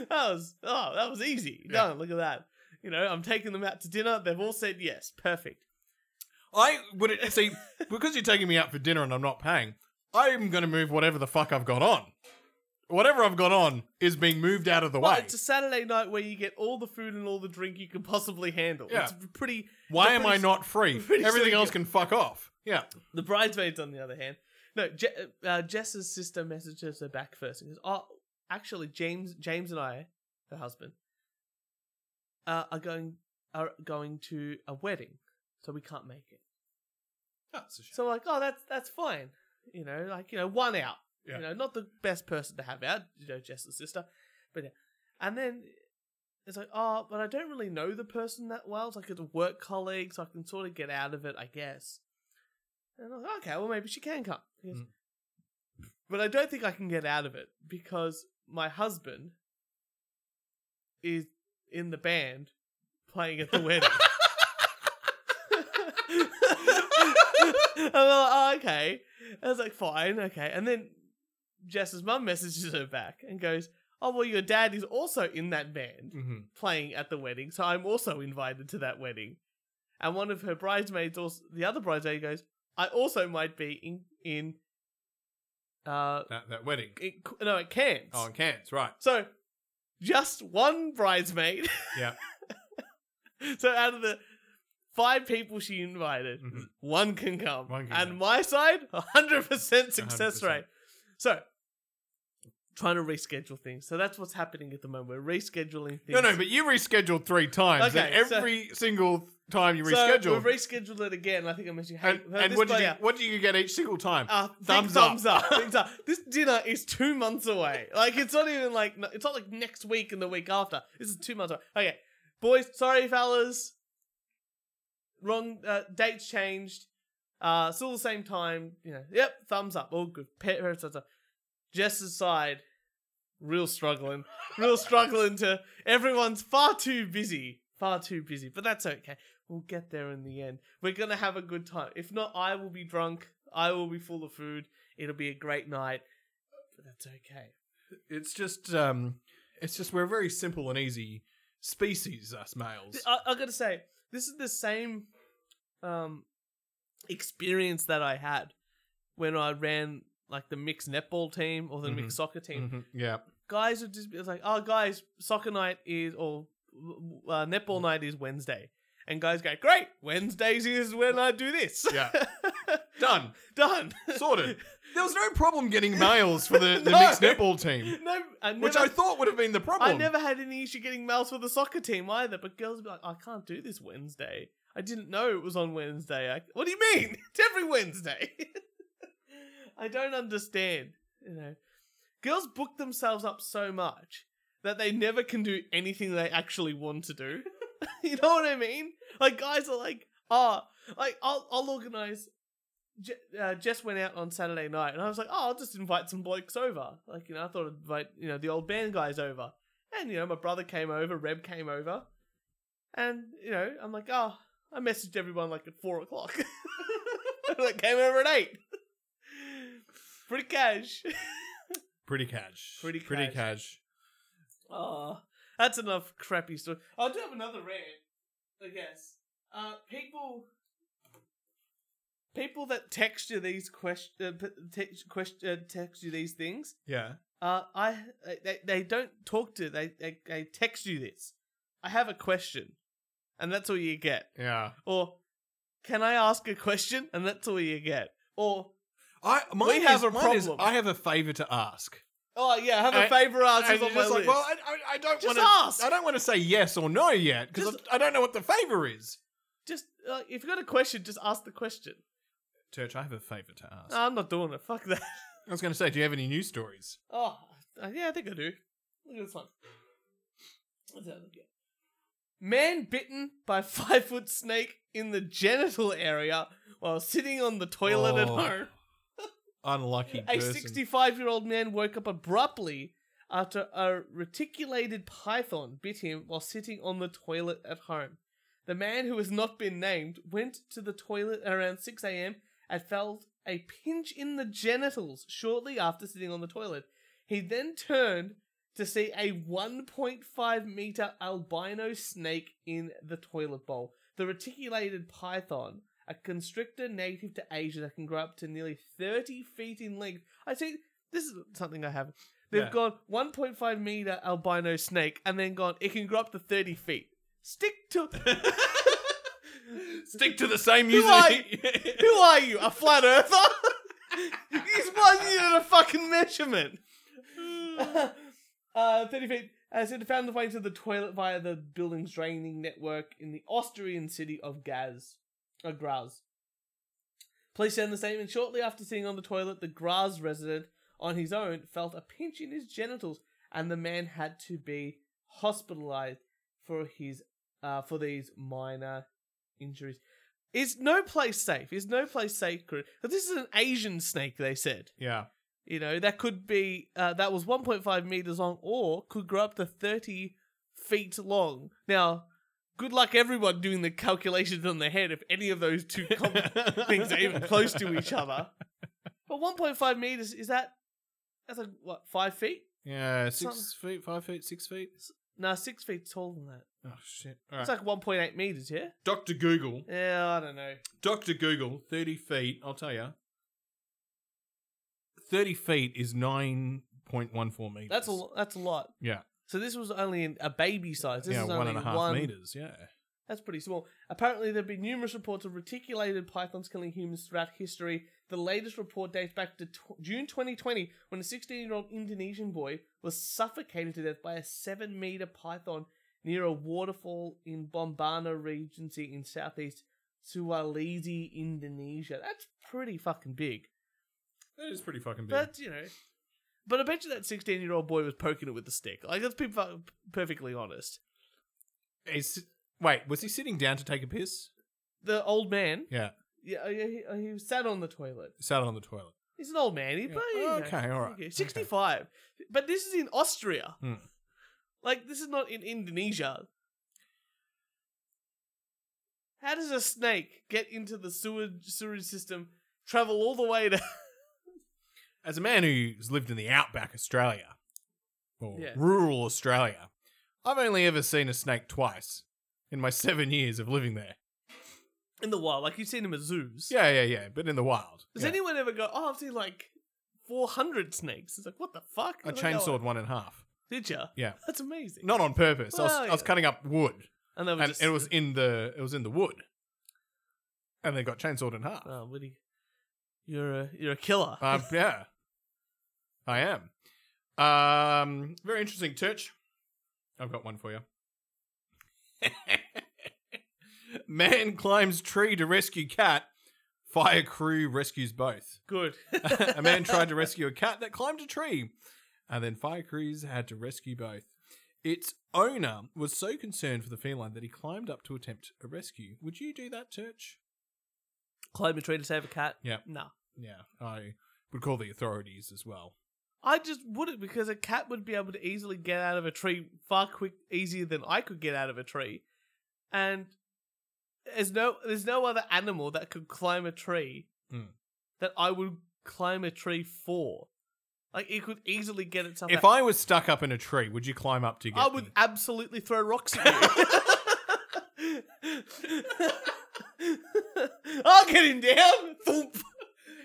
[SPEAKER 1] was oh, that was easy.
[SPEAKER 2] Yeah.
[SPEAKER 1] Done. Look at that. You know, I'm taking them out to dinner. They've all said yes. Perfect.
[SPEAKER 2] I would see because you're taking me out for dinner and I'm not paying. I'm going to move whatever the fuck I've got on. Whatever I've got on is being moved out of the
[SPEAKER 1] Well,
[SPEAKER 2] way.
[SPEAKER 1] it's a Saturday night where you get all the food and all the drink you can possibly handle.
[SPEAKER 2] Yeah.
[SPEAKER 1] It's pretty.
[SPEAKER 2] Why
[SPEAKER 1] it's a
[SPEAKER 2] am
[SPEAKER 1] pretty
[SPEAKER 2] I
[SPEAKER 1] s-
[SPEAKER 2] not free?
[SPEAKER 1] pretty
[SPEAKER 2] Everything
[SPEAKER 1] silly
[SPEAKER 2] else
[SPEAKER 1] go-
[SPEAKER 2] can fuck off. Yeah.
[SPEAKER 1] The uh, bridesmaids, on the other hand, no. Je- uh, Jess's sister messages her back first and goes, "Oh, actually James James and I, her husband, uh, are going are going to a wedding, so we can't make it.
[SPEAKER 2] That's a shame.
[SPEAKER 1] So like, oh, that's that's fine. You know, like you know, one out.
[SPEAKER 2] Yeah.
[SPEAKER 1] You know, not the best person to have out. You know, Jess's sister, but yeah. and then it's like, oh, but I don't really know the person that well. It's like it's a work colleague, so I can sort of get out of it, I guess. And I'm like, okay, well maybe she can come. He goes,
[SPEAKER 2] Mm.
[SPEAKER 1] But I don't think I can get out of it because my husband is in the band playing at the wedding. I'm like, oh, okay. I was like, fine, okay. And then Jess's mum messages her back and goes, oh, well, your dad is also in that band
[SPEAKER 2] Mhm.
[SPEAKER 1] playing at the wedding, so I'm also invited to that wedding. And one of her bridesmaids, also, the other bridesmaid, goes, I also might be in, in uh,
[SPEAKER 2] That, that wedding.
[SPEAKER 1] in- no, at Cairns.
[SPEAKER 2] Oh, in Cairns, right.
[SPEAKER 1] So, just one bridesmaid.
[SPEAKER 2] Yeah.
[SPEAKER 1] so, out of the five people she invited,
[SPEAKER 2] Mhm.
[SPEAKER 1] one can come.
[SPEAKER 2] One can
[SPEAKER 1] and
[SPEAKER 2] come.
[SPEAKER 1] my side, 100% success
[SPEAKER 2] 100%.
[SPEAKER 1] rate. So, trying to reschedule things. So, that's what's happening at the moment. We're rescheduling things.
[SPEAKER 2] No, no, but you rescheduled three times. and
[SPEAKER 1] Okay, so-
[SPEAKER 2] every single time you rescheduled.
[SPEAKER 1] So, we've rescheduled it again. I think I mentioned, hey, uh,
[SPEAKER 2] and and
[SPEAKER 1] this
[SPEAKER 2] what, did you,
[SPEAKER 1] player-
[SPEAKER 2] what did you get each single time?
[SPEAKER 1] Uh, thumbs,
[SPEAKER 2] Thumbs
[SPEAKER 1] up.
[SPEAKER 2] up.
[SPEAKER 1] thumbs up, thumbs up. This dinner is two months away. Like it's not even like no- it's not like next week and the week after. This is two months away. Okay, boys, sorry fellas, wrong uh, dates changed. Uh, still the same time. You know, yep, thumbs up, all good. Pet her thumbs up. Jess's side, real struggling, real struggling to. Everyone's far too busy, far too busy. But that's okay. We'll get there in the end. We're gonna have a good time. If not, I will be drunk. I will be full of food. It'll be a great night. But that's okay.
[SPEAKER 2] it's just, um, it's just we're a very simple and easy species, us males.
[SPEAKER 1] Th- I, I gotta say, this is the same um, experience that I had when I ran like the mixed netball team or the mixed soccer team.
[SPEAKER 2] Mhm, Yeah.
[SPEAKER 1] Guys would just be it's like, "Oh, guys, soccer night is or uh,
[SPEAKER 2] Mm.
[SPEAKER 1] netball night is Wednesday," and guys go, "Great, Wednesdays is when I do this."
[SPEAKER 2] Yeah. Done.
[SPEAKER 1] done.
[SPEAKER 2] Sorted. There was no problem getting males for the, the
[SPEAKER 1] No.
[SPEAKER 2] mixed netball team,
[SPEAKER 1] no, I never,
[SPEAKER 2] which I thought would have been the problem.
[SPEAKER 1] I never had any issue getting males for the soccer team either, but girls would be like, I can't do this Wednesday. I didn't know it was on Wednesday. I, what do you mean? It's every Wednesday. I don't understand. You know, girls book themselves up so much that they never can do anything they actually want to do. you know what I mean? Like guys are like, ah, like I'll I'll organize. Je- uh, Jess went out on Saturday night, and I was like, "Oh, I'll just invite some blokes over." Like, you know, I thought I'd invite you know the old band guys over, and you know, my brother came over, Reb came over, and you know, I'm like, "Oh, I messaged everyone like at four o'clock. I came over at eight. Pretty cash.
[SPEAKER 2] Pretty cash.
[SPEAKER 1] Pretty
[SPEAKER 2] Pretty
[SPEAKER 1] cash.
[SPEAKER 2] cash.
[SPEAKER 1] Oh, that's enough crappy stuff. I do have another rant, I guess. Uh, people, people that text you these question, uh, p- text, quest- uh, text you these things.
[SPEAKER 2] Yeah.
[SPEAKER 1] Uh, I they, they don't talk to they, they they text you this. I have a question, and that's all you get.
[SPEAKER 2] Yeah.
[SPEAKER 1] Or can I ask a question? And that's all you get. Or
[SPEAKER 2] I mine
[SPEAKER 1] We have
[SPEAKER 2] is-
[SPEAKER 1] a
[SPEAKER 2] mine is,
[SPEAKER 1] problem.
[SPEAKER 2] I have a favor to ask.
[SPEAKER 1] oh yeah, I have a
[SPEAKER 2] And-
[SPEAKER 1] favour answer
[SPEAKER 2] And
[SPEAKER 1] on
[SPEAKER 2] you're
[SPEAKER 1] my
[SPEAKER 2] just like,
[SPEAKER 1] list.
[SPEAKER 2] well, I, I, I don't
[SPEAKER 1] Just
[SPEAKER 2] want
[SPEAKER 1] ask.
[SPEAKER 2] to. I don't want to say yes or no yet because
[SPEAKER 1] Just-
[SPEAKER 2] I, I don't know what the favor is.
[SPEAKER 1] just uh, if you have got a question, just ask the question.
[SPEAKER 2] Church, I have a favor to ask.
[SPEAKER 1] No, I'm not doing it. Fuck that.
[SPEAKER 2] I was going to say, do you have any news stories?
[SPEAKER 1] Oh, uh, yeah, I think I do. Look at this one. Let's have a look at- Man bitten by five foot snake in the genital area while sitting on the toilet at
[SPEAKER 2] Oh,
[SPEAKER 1] home.
[SPEAKER 2] Unlucky
[SPEAKER 1] A
[SPEAKER 2] person.
[SPEAKER 1] 65 year old man woke up abruptly after a reticulated python bit him while sitting on the toilet at home. The man who has not been named went to the toilet around 6 a.m. and felt a pinch in the genitals shortly after sitting on the toilet. He then turned to see a 1.5 meter albino snake in the toilet bowl. The reticulated python, a constrictor native to Asia that can grow up to nearly 30 feet in length. I see, this is something I have. They've
[SPEAKER 2] Yeah.
[SPEAKER 1] gone 1.5 meter albino snake and then gone, it can grow up to 30 feet. Stick to.
[SPEAKER 2] Stick to the same
[SPEAKER 1] Who
[SPEAKER 2] user.
[SPEAKER 1] are Who are you? A flat earther? He's one unit of fucking measurement. Uh, 30 feet. Uh, said it found the way to the toilet via the building's draining network in the Austrian city of Gaz. Uh, Graz. Police sent the statement shortly after seeing on the toilet the Graz resident on his own felt a pinch in his genitals and the man had to be hospitalized for his uh, for these minor injuries. Is no place safe? Is no place sacred? But this is an Asian snake, they said.
[SPEAKER 2] Yeah.
[SPEAKER 1] You know, that could be, uh, that was 1.5 meters long or could grow up to 30 feet long. Now, good luck everyone doing the calculations on their head if any of those two com- things are even close to each other. But 1.5 meters, is that, that's like, what, five feet?
[SPEAKER 2] Yeah, six
[SPEAKER 1] Something-
[SPEAKER 2] feet, five feet, six feet.
[SPEAKER 1] No, six feet taller than that.
[SPEAKER 2] Oh shit! All
[SPEAKER 1] It's
[SPEAKER 2] right.
[SPEAKER 1] like 1.8 meters, yeah?
[SPEAKER 2] Doctor Google,
[SPEAKER 1] Yeah, I don't know.
[SPEAKER 2] Doctor Google, thirty feet. I'll tell you. Thirty feet is nine point one four meters.
[SPEAKER 1] That's a, lo- that's a lot.
[SPEAKER 2] Yeah.
[SPEAKER 1] So this was only in a baby size. This
[SPEAKER 2] yeah,
[SPEAKER 1] is
[SPEAKER 2] one
[SPEAKER 1] only
[SPEAKER 2] and a half
[SPEAKER 1] one
[SPEAKER 2] meters. Yeah.
[SPEAKER 1] That's pretty small. Apparently, there have been numerous reports of reticulated pythons killing humans throughout history. The latest report dates back to tw- June 2020 when a 16 year old Indonesian boy was suffocated to death by a 7 meter python near a waterfall in Bombana Regency in southeast Sulawesi, Indonesia. That's pretty fucking big.
[SPEAKER 2] That is pretty fucking big.
[SPEAKER 1] But, you know. But I bet you that 16 year old boy was poking it with a stick. Like, let's be fu- perfectly honest.
[SPEAKER 2] Is- wait, was he sitting down to take a piss?
[SPEAKER 1] The old man,
[SPEAKER 2] Yeah,
[SPEAKER 1] yeah, he, he sat on the toilet.
[SPEAKER 2] sat on the toilet.
[SPEAKER 1] He's an old man. He
[SPEAKER 2] Yeah.
[SPEAKER 1] but, you know,
[SPEAKER 2] Okay, all right.
[SPEAKER 1] okay, Sixty-five, but this is in Austria.
[SPEAKER 2] Hmm.
[SPEAKER 1] Like this is not in Indonesia. How does a snake get into the sewage sewage system? Travel all the way to
[SPEAKER 2] As a man who's lived in the outback Australia, or
[SPEAKER 1] Yeah.
[SPEAKER 2] rural Australia, I've only ever seen a snake twice in my seven years of living there.
[SPEAKER 1] in the wild. Like you've seen them at zoos.
[SPEAKER 2] Yeah, yeah, yeah, but in the wild.
[SPEAKER 1] Does
[SPEAKER 2] Yeah.
[SPEAKER 1] anyone ever go? Oh, I've seen like four hundred snakes. It's like what the fuck?
[SPEAKER 2] I
[SPEAKER 1] How'd they go
[SPEAKER 2] chainsawed
[SPEAKER 1] on?
[SPEAKER 2] one in half.
[SPEAKER 1] Did you?
[SPEAKER 2] Yeah.
[SPEAKER 1] That's amazing.
[SPEAKER 2] Not on purpose. I, was,
[SPEAKER 1] Well,
[SPEAKER 2] I was
[SPEAKER 1] yeah.
[SPEAKER 2] cutting up wood,
[SPEAKER 1] and they were
[SPEAKER 2] and
[SPEAKER 1] just,
[SPEAKER 2] it was in the it was in the wood, and they got chainsawed in half.
[SPEAKER 1] Oh, Woody, you're a you're a killer.
[SPEAKER 2] Um, yeah, I am. Um, very interesting, Church. I've got one for you. Man climbs tree to rescue cat. Fire crew rescues both.
[SPEAKER 1] Good.
[SPEAKER 2] a man tried to rescue a cat that climbed a tree, and then fire crews had to rescue both. Its owner was so concerned for the feline that he climbed up to attempt a rescue. Would you do that, Church?
[SPEAKER 1] climb a tree to save a cat?
[SPEAKER 2] Yeah.
[SPEAKER 1] No.
[SPEAKER 2] Yeah, I would call the authorities as well.
[SPEAKER 1] I just wouldn't because a cat would be able to easily get out of a tree far quick easier than I could get out of a tree. And there's no there's no other animal that could climb a tree
[SPEAKER 2] Hmm.
[SPEAKER 1] that I would climb a tree for. Like it could easily get itself
[SPEAKER 2] If
[SPEAKER 1] out.
[SPEAKER 2] I was stuck up in a tree, would you climb up to get
[SPEAKER 1] I would
[SPEAKER 2] me?
[SPEAKER 1] absolutely throw rocks at you. I'll get him down. Thump.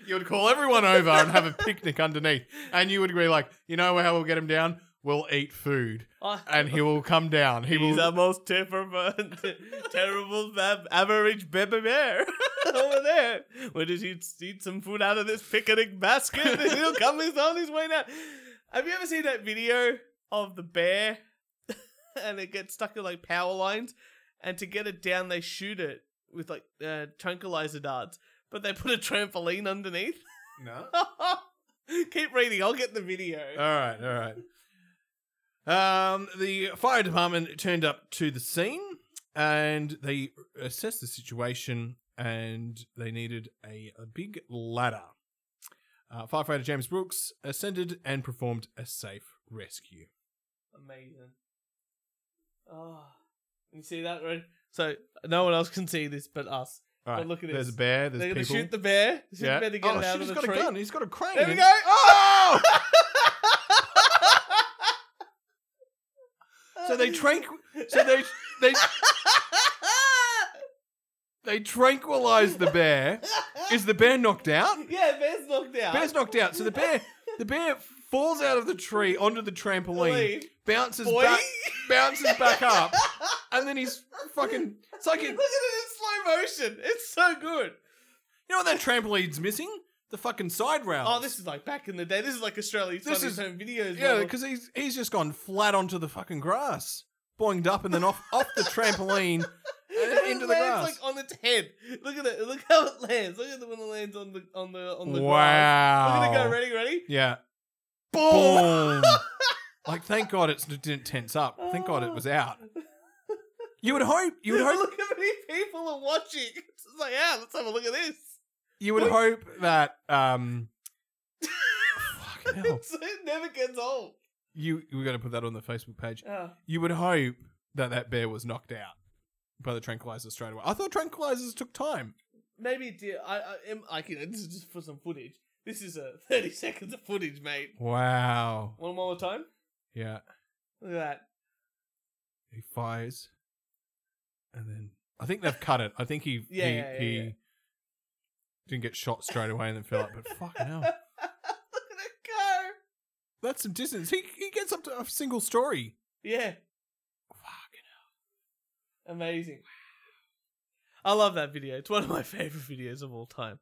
[SPEAKER 2] You would call everyone over and have a picnic underneath, and you would be like, you know how we'll get him down? We'll eat food,
[SPEAKER 1] I-
[SPEAKER 2] and he will come down. He
[SPEAKER 1] He's
[SPEAKER 2] will.
[SPEAKER 1] our most terrible, terrible ab- average baby bear over there. Where does he eat some food out of this picnic basket? And he'll come he's on his way down. Have you ever seen that video of the bear and it gets stuck in like power lines? And to get it down, they shoot it with like uh, tranquilizer darts, but they put a trampoline underneath.
[SPEAKER 2] no.
[SPEAKER 1] Keep reading, I'll get the video.
[SPEAKER 2] All right, all right. Um, the fire department turned up to the scene, and they assessed the situation, and they needed a, a big ladder. Uh, firefighter James Brooks ascended and performed a safe rescue.
[SPEAKER 1] Amazing. Oh, you see that, right? So no one else can see this but us.
[SPEAKER 2] All right,
[SPEAKER 1] look at
[SPEAKER 2] there's
[SPEAKER 1] this.
[SPEAKER 2] a bear. There's
[SPEAKER 1] They're gonna
[SPEAKER 2] people.
[SPEAKER 1] shoot the bear. Shoot
[SPEAKER 2] Yeah.
[SPEAKER 1] the bear to get it
[SPEAKER 2] oh,
[SPEAKER 1] out
[SPEAKER 2] shit,
[SPEAKER 1] of
[SPEAKER 2] he's
[SPEAKER 1] the
[SPEAKER 2] got
[SPEAKER 1] tree.
[SPEAKER 2] a gun. He's got a crane.
[SPEAKER 1] There we
[SPEAKER 2] and-
[SPEAKER 1] go.
[SPEAKER 2] Oh! so they
[SPEAKER 1] train.
[SPEAKER 2] tranqu- so they they they tranquilize the bear. Is the bear knocked out?
[SPEAKER 1] yeah, bear's knocked out.
[SPEAKER 2] Bear's knocked out. So the bear the bear falls out of the tree onto the trampoline,
[SPEAKER 1] Boing.
[SPEAKER 2] bounces
[SPEAKER 1] Boing.
[SPEAKER 2] back, bounces back up, and then he's fucking. It's like it,
[SPEAKER 1] Look at
[SPEAKER 2] you
[SPEAKER 1] it in slow motion. It's so good.
[SPEAKER 2] know what that trampoline's missing? the fucking side rails.
[SPEAKER 1] Oh, this is like back in the day. This is like Australia's
[SPEAKER 2] This
[SPEAKER 1] this is
[SPEAKER 2] is-
[SPEAKER 1] home videos.
[SPEAKER 2] yeah,
[SPEAKER 1] model.
[SPEAKER 2] because he's he's just gone flat onto the fucking grass, boinged up, and then off off the trampoline.
[SPEAKER 1] And
[SPEAKER 2] into
[SPEAKER 1] it lands
[SPEAKER 2] the grass.
[SPEAKER 1] like on its head. Look at it. Look how it lands. Look at the when it lands on the on the on the grass. Look at
[SPEAKER 2] wow.
[SPEAKER 1] it go. Ready, ready.
[SPEAKER 2] Yeah.
[SPEAKER 1] Boom.
[SPEAKER 2] Boom. like, thank God it's, it didn't tense up. Thank God it
[SPEAKER 1] Oh.
[SPEAKER 2] was out. You would hope. You would hope.
[SPEAKER 1] Look how many people are watching. It's like, yeah, let's have a look at this.
[SPEAKER 2] You would hope that. Um. fucking hell.
[SPEAKER 1] So it never gets old.
[SPEAKER 2] You we're gonna put that on the Facebook page.
[SPEAKER 1] Oh.
[SPEAKER 2] You would hope that that bear was knocked out by the tranquilizer straight away. I thought tranquilizers took time.
[SPEAKER 1] Maybe it did. I, I am like, you know, this is just for some footage. This is a 30 seconds of footage, mate.
[SPEAKER 2] Wow.
[SPEAKER 1] One more time.
[SPEAKER 2] Yeah.
[SPEAKER 1] Look at that.
[SPEAKER 2] He fires, and then I think they've cut it. I think he
[SPEAKER 1] Yeah, yeah,
[SPEAKER 2] he,
[SPEAKER 1] yeah,
[SPEAKER 2] he
[SPEAKER 1] yeah.
[SPEAKER 2] didn't get shot straight away and then fell out. But fucking hell,
[SPEAKER 1] Look at it go.
[SPEAKER 2] that's some distance. He he gets up to a single story.
[SPEAKER 1] Yeah.
[SPEAKER 2] Fucking
[SPEAKER 1] Amazing. I love that video. It's one of my favorite videos of all time.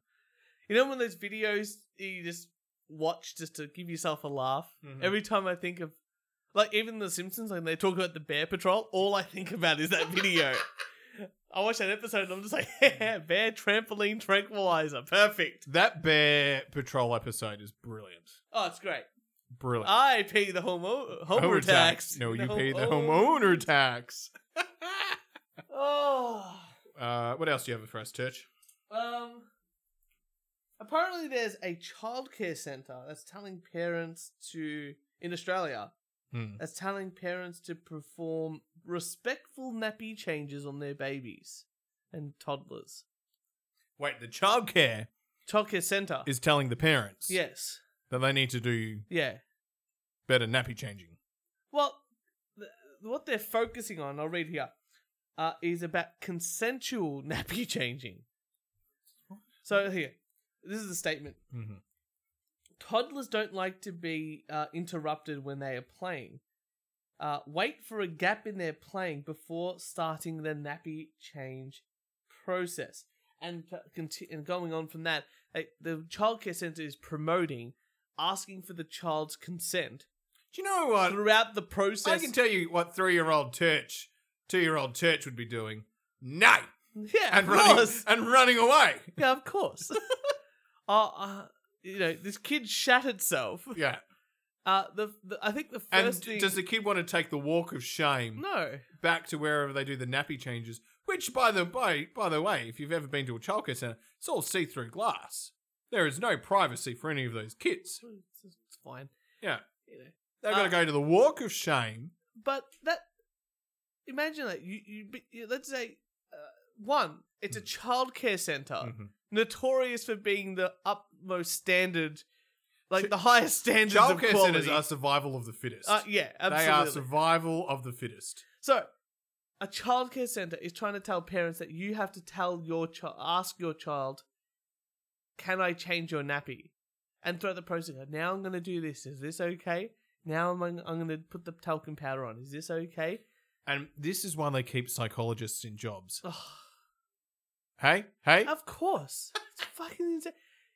[SPEAKER 1] You know, one of those videos you just watch just to give yourself a laugh?
[SPEAKER 2] Mhm.
[SPEAKER 1] Every time I think of, like, even The Simpsons, when they talk about the Bear Patrol, all I think about is that video. I watch that episode and I'm just like, bear trampoline tranquilizer. Perfect.
[SPEAKER 2] that bear patrol episode is brilliant.
[SPEAKER 1] Oh, it's great.
[SPEAKER 2] Brilliant.
[SPEAKER 1] I pay the homo- Uh, homeowner tax.
[SPEAKER 2] No, you pay the
[SPEAKER 1] homo-
[SPEAKER 2] homeowner tax.
[SPEAKER 1] Oh.
[SPEAKER 2] Uh, what else do you have for us, Church?
[SPEAKER 1] Um, apparently, there's a childcare centre that's telling parents to in Australia
[SPEAKER 2] Hmm.
[SPEAKER 1] that's telling parents to perform respectful nappy changes on their babies and toddlers.
[SPEAKER 2] Wait, the childcare
[SPEAKER 1] Childcare centre.
[SPEAKER 2] is telling the parents
[SPEAKER 1] yes.
[SPEAKER 2] that they need to do
[SPEAKER 1] Yeah.
[SPEAKER 2] better nappy changing.
[SPEAKER 1] Well, th- what they're focusing on, I'll read here, uh, is about consensual nappy changing. So here, this is a statement.
[SPEAKER 2] Mm-hmm.
[SPEAKER 1] toddlers don't like to be uh, interrupted when they are playing. Uh, wait for a gap in their playing before starting the nappy change process. And, p- conti- and going on from that, they, the childcare centre is promoting asking for the child's consent
[SPEAKER 2] Do you know what?
[SPEAKER 1] throughout the process.
[SPEAKER 2] I can tell you what three-year-old Church, two-year-old Church would be doing. No,
[SPEAKER 1] yeah,
[SPEAKER 2] and
[SPEAKER 1] of
[SPEAKER 2] running
[SPEAKER 1] course.
[SPEAKER 2] and running away.
[SPEAKER 1] yeah, of course. uh, uh, you know, this kid shat itself.
[SPEAKER 2] Yeah,
[SPEAKER 1] Uh, the, the I think the first
[SPEAKER 2] and
[SPEAKER 1] thing.
[SPEAKER 2] does the kid want to take the walk of shame
[SPEAKER 1] no.
[SPEAKER 2] back to wherever they do the nappy changes? Which, by the by, by the way, if you've ever been to a childcare center, it's all see-through glass. There is no privacy for any of those kids.
[SPEAKER 1] It's, it's fine.
[SPEAKER 2] Yeah.
[SPEAKER 1] You know.
[SPEAKER 2] They've got
[SPEAKER 1] Uh,
[SPEAKER 2] to go to the walk of shame.
[SPEAKER 1] But that imagine that you you, be- you let's say uh, one, it's a
[SPEAKER 2] Hmm.
[SPEAKER 1] childcare center
[SPEAKER 2] Mm-hmm.
[SPEAKER 1] notorious for being the utmost standard, like
[SPEAKER 2] Ch-
[SPEAKER 1] the highest standards of
[SPEAKER 2] Childcare
[SPEAKER 1] quality.
[SPEAKER 2] centers are survival of the fittest.
[SPEAKER 1] uh, yeah,
[SPEAKER 2] they are
[SPEAKER 1] absolutely.
[SPEAKER 2] survival of the fittest.
[SPEAKER 1] so, a childcare center is trying to tell parents that you have to tell your child, ask your child, "Can I change your nappy?" And throughout the process, go, now I'm going to do this. Is this okay? Now I'm I'm going to put the talcum powder on. Is this okay?
[SPEAKER 2] And this is why they keep psychologists in jobs.
[SPEAKER 1] Ugh.
[SPEAKER 2] Hey, hey,
[SPEAKER 1] Of course. It's fucking insane.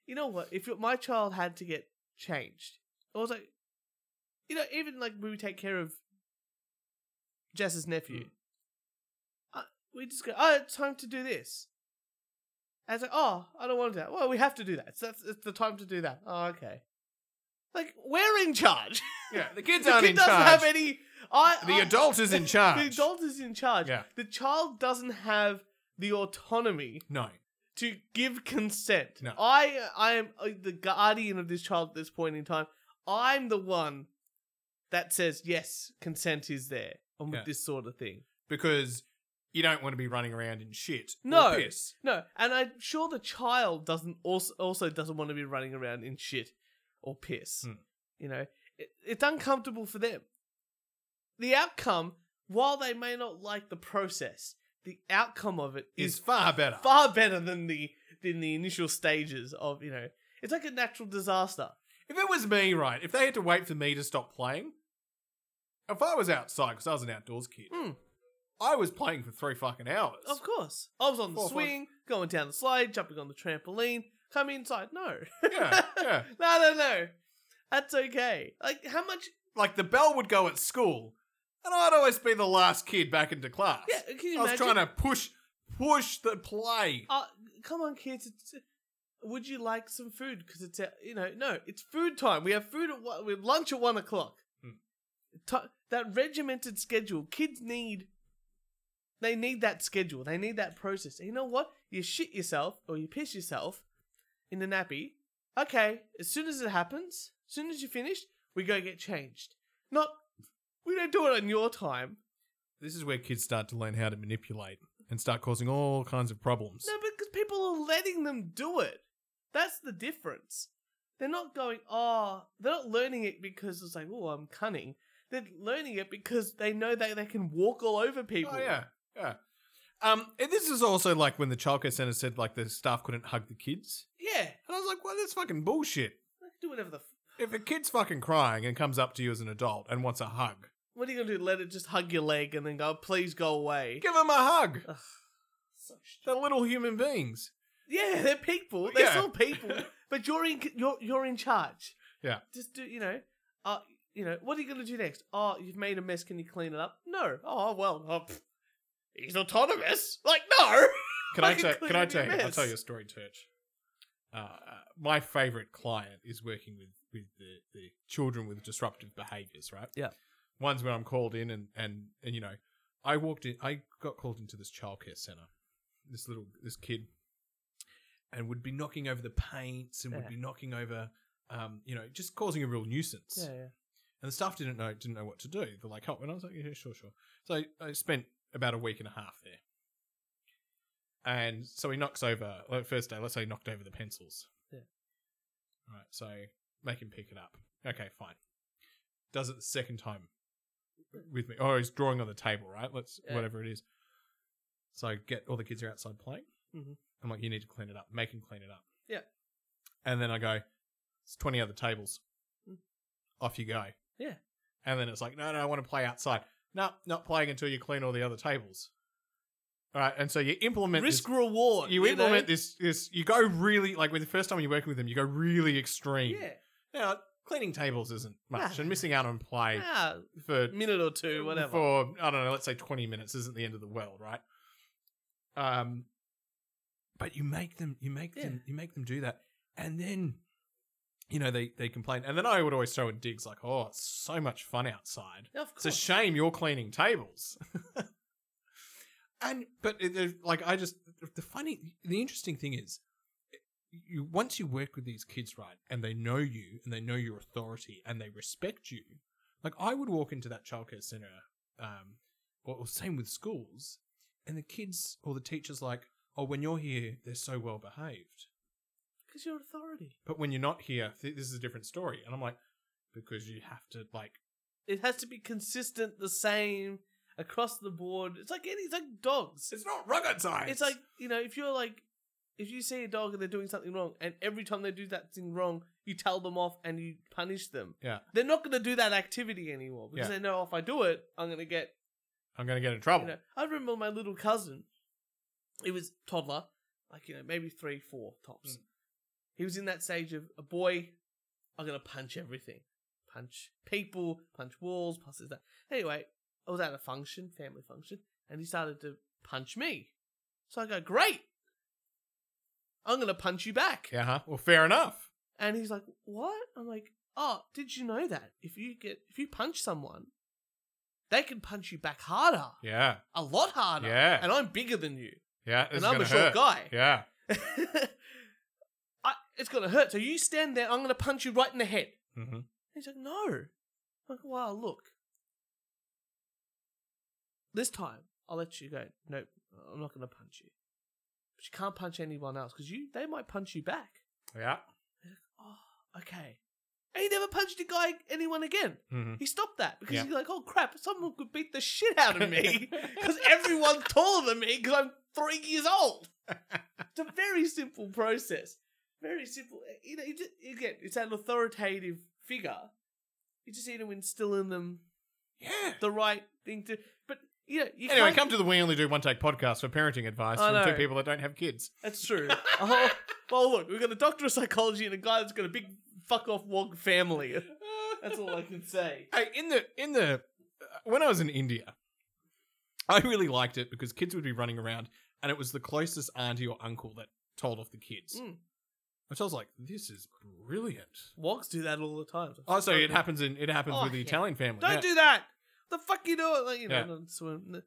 [SPEAKER 1] You know what? If my child had to get changed, I was like, you know, even like when we take care of Jess's nephew,
[SPEAKER 2] Mm.
[SPEAKER 1] I, we just go, oh, it's time to do this. And it's like, oh, I don't want to do that. Well, we have to do that. So that's it's the time to do that. Oh, okay. Like, we're in charge.
[SPEAKER 2] yeah, the kids
[SPEAKER 1] the
[SPEAKER 2] aren't
[SPEAKER 1] kid
[SPEAKER 2] in
[SPEAKER 1] doesn't
[SPEAKER 2] charge.
[SPEAKER 1] have any. I,
[SPEAKER 2] the
[SPEAKER 1] I-
[SPEAKER 2] adult is in charge.
[SPEAKER 1] The adult is in charge.
[SPEAKER 2] Yeah.
[SPEAKER 1] The child doesn't have the autonomy
[SPEAKER 2] No,
[SPEAKER 1] to give consent.
[SPEAKER 2] No.
[SPEAKER 1] I I am uh, the guardian of this child at this point in time. I'm the one that says yes, consent is there on
[SPEAKER 2] Yeah.
[SPEAKER 1] with this sort of thing.
[SPEAKER 2] because you don't want to be running around in shit. or
[SPEAKER 1] No.
[SPEAKER 2] piss.
[SPEAKER 1] No, and I'm sure the child doesn't also also doesn't want to be running around in shit or piss.
[SPEAKER 2] Hmm.
[SPEAKER 1] You know, it, it's uncomfortable for them. The outcome, while they may not like the process, the outcome of it is
[SPEAKER 2] is far better.
[SPEAKER 1] far better than the than the initial stages of you know. It's like a natural disaster.
[SPEAKER 2] if it was me, right? If they had to wait for me to stop playing, if I was outside because I was an outdoors kid,
[SPEAKER 1] Hmm.
[SPEAKER 2] I was playing for three fucking hours.
[SPEAKER 1] Of course. I was on the
[SPEAKER 2] Four, five.
[SPEAKER 1] swing, going down the slide, jumping on the trampoline. Come inside. No.
[SPEAKER 2] Yeah, yeah.
[SPEAKER 1] No, no, no. That's okay. Like, how much?
[SPEAKER 2] Like the bell would go at school, and I'd always be the last kid back into class.
[SPEAKER 1] Yeah, can you
[SPEAKER 2] I was
[SPEAKER 1] imagine?
[SPEAKER 2] trying to push, push the play.
[SPEAKER 1] Uh, come on, kids. It's, would you like some food? Because it's, uh, you know, no, it's food time. We have food at one, we have lunch at one o'clock.
[SPEAKER 2] Hmm.
[SPEAKER 1] Ti- that regimented schedule. Kids need, they need that schedule. They need that process. And you know what? You shit yourself or you piss yourself in the nappy. Okay, as soon as it happens, as soon as you're finished, we go get changed. Not, we don't do it on your time.
[SPEAKER 2] This is where kids start to learn how to manipulate and start causing all kinds of problems. Oh,
[SPEAKER 1] No, because people are letting them do it. That's the difference. They're not going, oh, they're not learning it because it's like, oh, I'm cunning. They're learning it because they know that they can walk all over people.
[SPEAKER 2] Oh yeah, yeah. Um, and this is also like when the childcare center said like the staff couldn't hug the kids,
[SPEAKER 1] Yeah.
[SPEAKER 2] and I was like, well, that's fucking bullshit.
[SPEAKER 1] They can do whatever the. F-
[SPEAKER 2] If a kid's fucking crying and comes up to you as an adult and wants a hug,
[SPEAKER 1] what are you going to do? Let it just hug your leg and then go, please go away.
[SPEAKER 2] give them a hug.
[SPEAKER 1] Ugh, so stupid.
[SPEAKER 2] They're little human beings.
[SPEAKER 1] Yeah, they're people. They're
[SPEAKER 2] Yeah.
[SPEAKER 1] still people, but you're in you're you're in charge.
[SPEAKER 2] Yeah.
[SPEAKER 1] Just do you know? Uh, you know what are you going to do next? Oh, you've made a mess. Can you clean it up? No. Oh well. Oh, pff, he's autonomous. Like no.
[SPEAKER 2] Can I,
[SPEAKER 1] Fucking
[SPEAKER 2] tell?
[SPEAKER 1] clean
[SPEAKER 2] Can I
[SPEAKER 1] up your
[SPEAKER 2] tell? You, I'll
[SPEAKER 1] mess.
[SPEAKER 2] tell you a story, Church. Uh, uh, my favorite client is working with with the, the children with disruptive behaviors, right?
[SPEAKER 1] Yeah.
[SPEAKER 2] Ones where I'm called in, and and and you know, I walked in. I got called into this childcare center. This little this kid, and would be knocking over the paints, and
[SPEAKER 1] Yeah.
[SPEAKER 2] would be knocking over, um, you know, just causing a real nuisance.
[SPEAKER 1] Yeah, yeah.
[SPEAKER 2] And the staff didn't know didn't know what to do. They're like, oh, and I was like, yeah, sure, sure. So I, I spent about a week and a half there. And so he knocks over like first day. Let's say he knocked over the pencils.
[SPEAKER 1] Yeah.
[SPEAKER 2] All right. So make him pick it up. Okay, fine. Does it the second time with me. Oh, he's drawing on the table, right? Let's
[SPEAKER 1] Yeah.
[SPEAKER 2] whatever it is. So I get all the kids are outside playing.
[SPEAKER 1] Mhm.
[SPEAKER 2] I'm like, you need to clean it up. Make him clean it up.
[SPEAKER 1] Yeah.
[SPEAKER 2] And then I go, it's twenty other tables.
[SPEAKER 1] Mm.
[SPEAKER 2] Off you go.
[SPEAKER 1] Yeah.
[SPEAKER 2] And then it's like, no, no, I want to play outside. No, not playing until you clean all the other tables. All right. And so you implement this-
[SPEAKER 1] Risk reward.
[SPEAKER 2] You, implement
[SPEAKER 1] know?
[SPEAKER 2] this. This you go really like with the first time you're working with them, you go really extreme.
[SPEAKER 1] Yeah.
[SPEAKER 2] Now cleaning tables isn't much,
[SPEAKER 1] Nah.
[SPEAKER 2] and missing out on play
[SPEAKER 1] Ah,
[SPEAKER 2] for
[SPEAKER 1] a minute or two, whatever.
[SPEAKER 2] Um, for I don't know, let's say twenty minutes isn't the end of the world, right? Um, but you make them, you make them, you make them do that, and then you know they they complain, and then I would always throw in digs like, "Oh, it's so much fun outside.
[SPEAKER 1] of
[SPEAKER 2] It's a
[SPEAKER 1] course.
[SPEAKER 2] shame you're cleaning tables." and but it, it- like I just the funny, the interesting thing is. You, once you work with these kids, right, and they know you and they know your authority and they respect you, like I would walk into that childcare center, um, or, or same with schools, and the kids or the teachers like, oh, when you're here, they're so well behaved,
[SPEAKER 1] Because you're authority.
[SPEAKER 2] but when you're not here, th- this is a different story. And I'm like, because you have to like,
[SPEAKER 1] It has to be consistent, the same across the board. It's like any, it's like dogs.
[SPEAKER 2] it's not rocket science.
[SPEAKER 1] It's like you know, if you're like, if you see a dog and they're doing something wrong, and every time they do that thing wrong, you tell them off and you punish them.
[SPEAKER 2] Yeah.
[SPEAKER 1] they're not going to do that activity anymore because
[SPEAKER 2] Yeah.
[SPEAKER 1] they know if I do it, I'm going to get.
[SPEAKER 2] I'm gonna get in
[SPEAKER 1] You
[SPEAKER 2] trouble.
[SPEAKER 1] know, I remember my little cousin. He was toddler, like you know, maybe three, four tops.
[SPEAKER 2] Mm.
[SPEAKER 1] He was in that stage of a boy. I'm going to punch everything, punch people, punch walls, punch this that. Anyway, I was at a function, family function, and he started to punch me. So I go, great. I'm going to punch you back.
[SPEAKER 2] Yeah, huh? well, fair enough.
[SPEAKER 1] And he's like, what? I'm like, oh, did you know that? If you get, if you punch someone, they can punch you back harder,
[SPEAKER 2] Yeah,
[SPEAKER 1] a lot harder.
[SPEAKER 2] Yeah.
[SPEAKER 1] And I'm bigger than you.
[SPEAKER 2] yeah. This is
[SPEAKER 1] and I'm
[SPEAKER 2] gonna
[SPEAKER 1] a short
[SPEAKER 2] hurt.
[SPEAKER 1] guy.
[SPEAKER 2] Yeah,
[SPEAKER 1] I, it's going to hurt. So you stand there, I'm going to punch you right in the head.
[SPEAKER 2] hmm
[SPEAKER 1] He's like, no. I'm like, wow, look. This time, I'll let you go. No, I'm not going to punch you. But you can't punch anyone else because you they might punch you back.
[SPEAKER 2] yeah.
[SPEAKER 1] Oh, okay. And he never punched a guy, anyone again.
[SPEAKER 2] hmm
[SPEAKER 1] He stopped that because
[SPEAKER 2] Yeah.
[SPEAKER 1] he's like, oh crap, someone could beat the shit out of me because everyone's taller than me because I'm three years old. It's a very simple process. Very simple. Eh, You know, you just, again, it's an authoritative figure. You just need to instill in them
[SPEAKER 2] Yeah,
[SPEAKER 1] the right thing to. But Yeah, you
[SPEAKER 2] Anyway,
[SPEAKER 1] can't-
[SPEAKER 2] come to the We Only Do One Take podcast for parenting advice
[SPEAKER 1] I
[SPEAKER 2] from two
[SPEAKER 1] know.
[SPEAKER 2] people that don't have kids.
[SPEAKER 1] That's true. oh, well, look, we've got a doctor of psychology and a guy that's got a big fuck off wog family. That's all I can say.
[SPEAKER 2] Uh, Hey, in the in the uh, when I was in India, I really liked it because kids would be running around, and it was the closest auntie or uncle that told off the kids,
[SPEAKER 1] Mm.
[SPEAKER 2] which I was like, "This is brilliant."
[SPEAKER 1] Wogs do that all the time.
[SPEAKER 2] Oh, so it happens in it happens
[SPEAKER 1] Oh,
[SPEAKER 2] with the
[SPEAKER 1] yeah.
[SPEAKER 2] Italian family.
[SPEAKER 1] Don't
[SPEAKER 2] yeah.
[SPEAKER 1] do that. The fuck you do it? Like, you know,
[SPEAKER 2] Yeah.
[SPEAKER 1] no, it's when-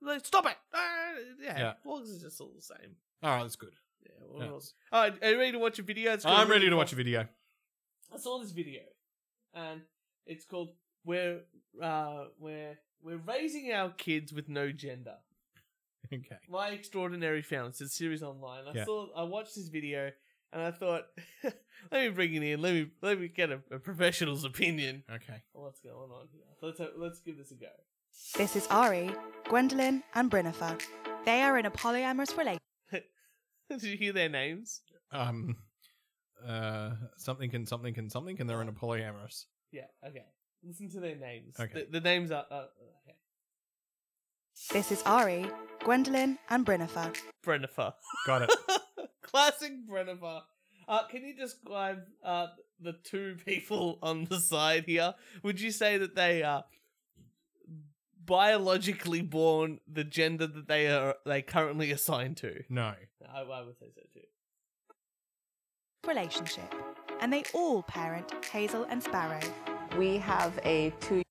[SPEAKER 1] like, stop it. Ah, yeah,
[SPEAKER 2] Yeah.
[SPEAKER 1] wogs is just all the same.
[SPEAKER 2] All right, that's good.
[SPEAKER 1] Yeah, what
[SPEAKER 2] Yeah.
[SPEAKER 1] else? All right, are you ready to watch a video? It's
[SPEAKER 2] I'm ready to watch
[SPEAKER 1] a
[SPEAKER 2] a video.
[SPEAKER 1] I saw this video, and it's called "We're uh, We're We're Raising Our Kids with No Gender."
[SPEAKER 2] Okay.
[SPEAKER 1] My extraordinary found it's a series online. I
[SPEAKER 2] Yeah.
[SPEAKER 1] saw, I watched this video, and I thought, let me bring it in. Let me let me get a, a professional's opinion.
[SPEAKER 2] Okay.
[SPEAKER 1] on What's going on here? Let's have, let's give this a go.
[SPEAKER 3] This is Ari, Gwendolyn, and Brinifer. They are in a polyamorous relationship.
[SPEAKER 1] Did you hear their names?
[SPEAKER 2] Um. Uh. Something and something and something, and they're in a polyamorous.
[SPEAKER 1] Yeah. Okay. Listen to their names.
[SPEAKER 2] Okay.
[SPEAKER 1] The, the names are. Uh, okay.
[SPEAKER 3] This is Ari, Gwendolyn, and Brinifer.
[SPEAKER 1] Brennifer.
[SPEAKER 2] Got it.
[SPEAKER 1] Classic Brennifer. Uh, can you describe uh, the two people on the side here? Would you say that they are biologically born the gender that they are they currently assigned to?
[SPEAKER 2] no.
[SPEAKER 1] I, I would say so too.
[SPEAKER 3] Relationship. And they all parent Hazel and Sparrow.
[SPEAKER 4] We have a two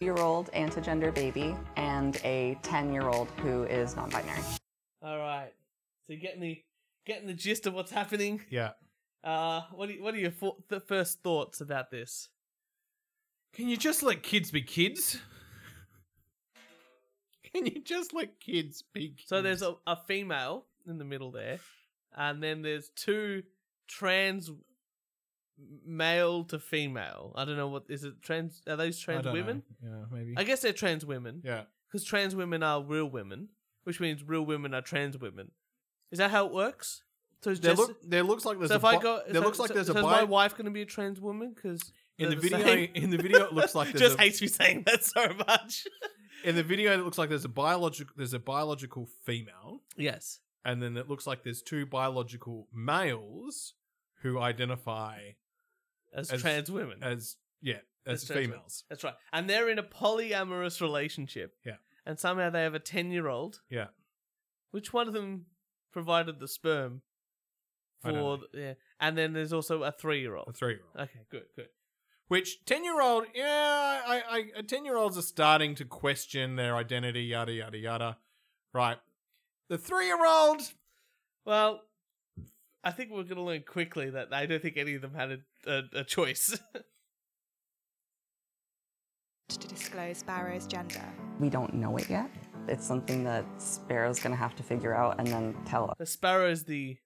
[SPEAKER 4] year old anti-gender baby and a 10 year old who is non binary.
[SPEAKER 1] All right. So you're getting the getting the gist of what's happening.
[SPEAKER 2] Yeah.
[SPEAKER 1] Uh, what are, what are your fo- th- first thoughts about this?
[SPEAKER 2] Can you just let kids be kids? Can you just let kids be kids?
[SPEAKER 1] So there's a, a female in the middle there, and then there's two trans male to female. I don't know what is it trans are those
[SPEAKER 2] I
[SPEAKER 1] trans
[SPEAKER 2] don't
[SPEAKER 1] women?
[SPEAKER 2] know. Yeah, maybe.
[SPEAKER 1] I guess they're trans women
[SPEAKER 2] yeah.
[SPEAKER 1] because trans women are real women, which means real women are trans women. Is that how it works? So it's
[SPEAKER 2] There,
[SPEAKER 1] just
[SPEAKER 2] look, there looks like there's
[SPEAKER 1] so
[SPEAKER 2] a
[SPEAKER 1] if I
[SPEAKER 2] bi-
[SPEAKER 1] go,
[SPEAKER 2] there
[SPEAKER 1] so-
[SPEAKER 2] looks like
[SPEAKER 1] so-
[SPEAKER 2] there's
[SPEAKER 1] so
[SPEAKER 2] a
[SPEAKER 1] is
[SPEAKER 2] bi-
[SPEAKER 1] my wife going to be a trans woman because
[SPEAKER 2] in the video in the video it looks like there's
[SPEAKER 1] just
[SPEAKER 2] a,
[SPEAKER 1] hates me saying that so much.
[SPEAKER 2] in the video it looks like there's a biological there's a biological female
[SPEAKER 1] yes,
[SPEAKER 2] and then it looks like there's two biological males who identify
[SPEAKER 1] as,
[SPEAKER 2] As-
[SPEAKER 1] trans women.
[SPEAKER 2] as yeah as,
[SPEAKER 1] As trans women.
[SPEAKER 2] females.
[SPEAKER 1] That's right. And they're in a polyamorous relationship.
[SPEAKER 2] Yeah.
[SPEAKER 1] And somehow they have a 10 year old.
[SPEAKER 2] Yeah.
[SPEAKER 1] Which one of them provided the sperm
[SPEAKER 2] I don't
[SPEAKER 1] for. The, yeah. And then there's also a three year
[SPEAKER 2] A
[SPEAKER 1] old.
[SPEAKER 2] three year old.
[SPEAKER 1] Okay, good, good.
[SPEAKER 2] Which ten year old? Yeah, I, I ten year olds are starting to question their identity. Yada yada yada. Right. The three year old.
[SPEAKER 1] Well, I think we're going to learn quickly that I don't think any of them had a, a, a choice.
[SPEAKER 3] To disclose Sparrow's gender.
[SPEAKER 4] We don't know it yet. It's something that Sparrow's gonna have to figure out and then tell us.
[SPEAKER 1] the sparrow is the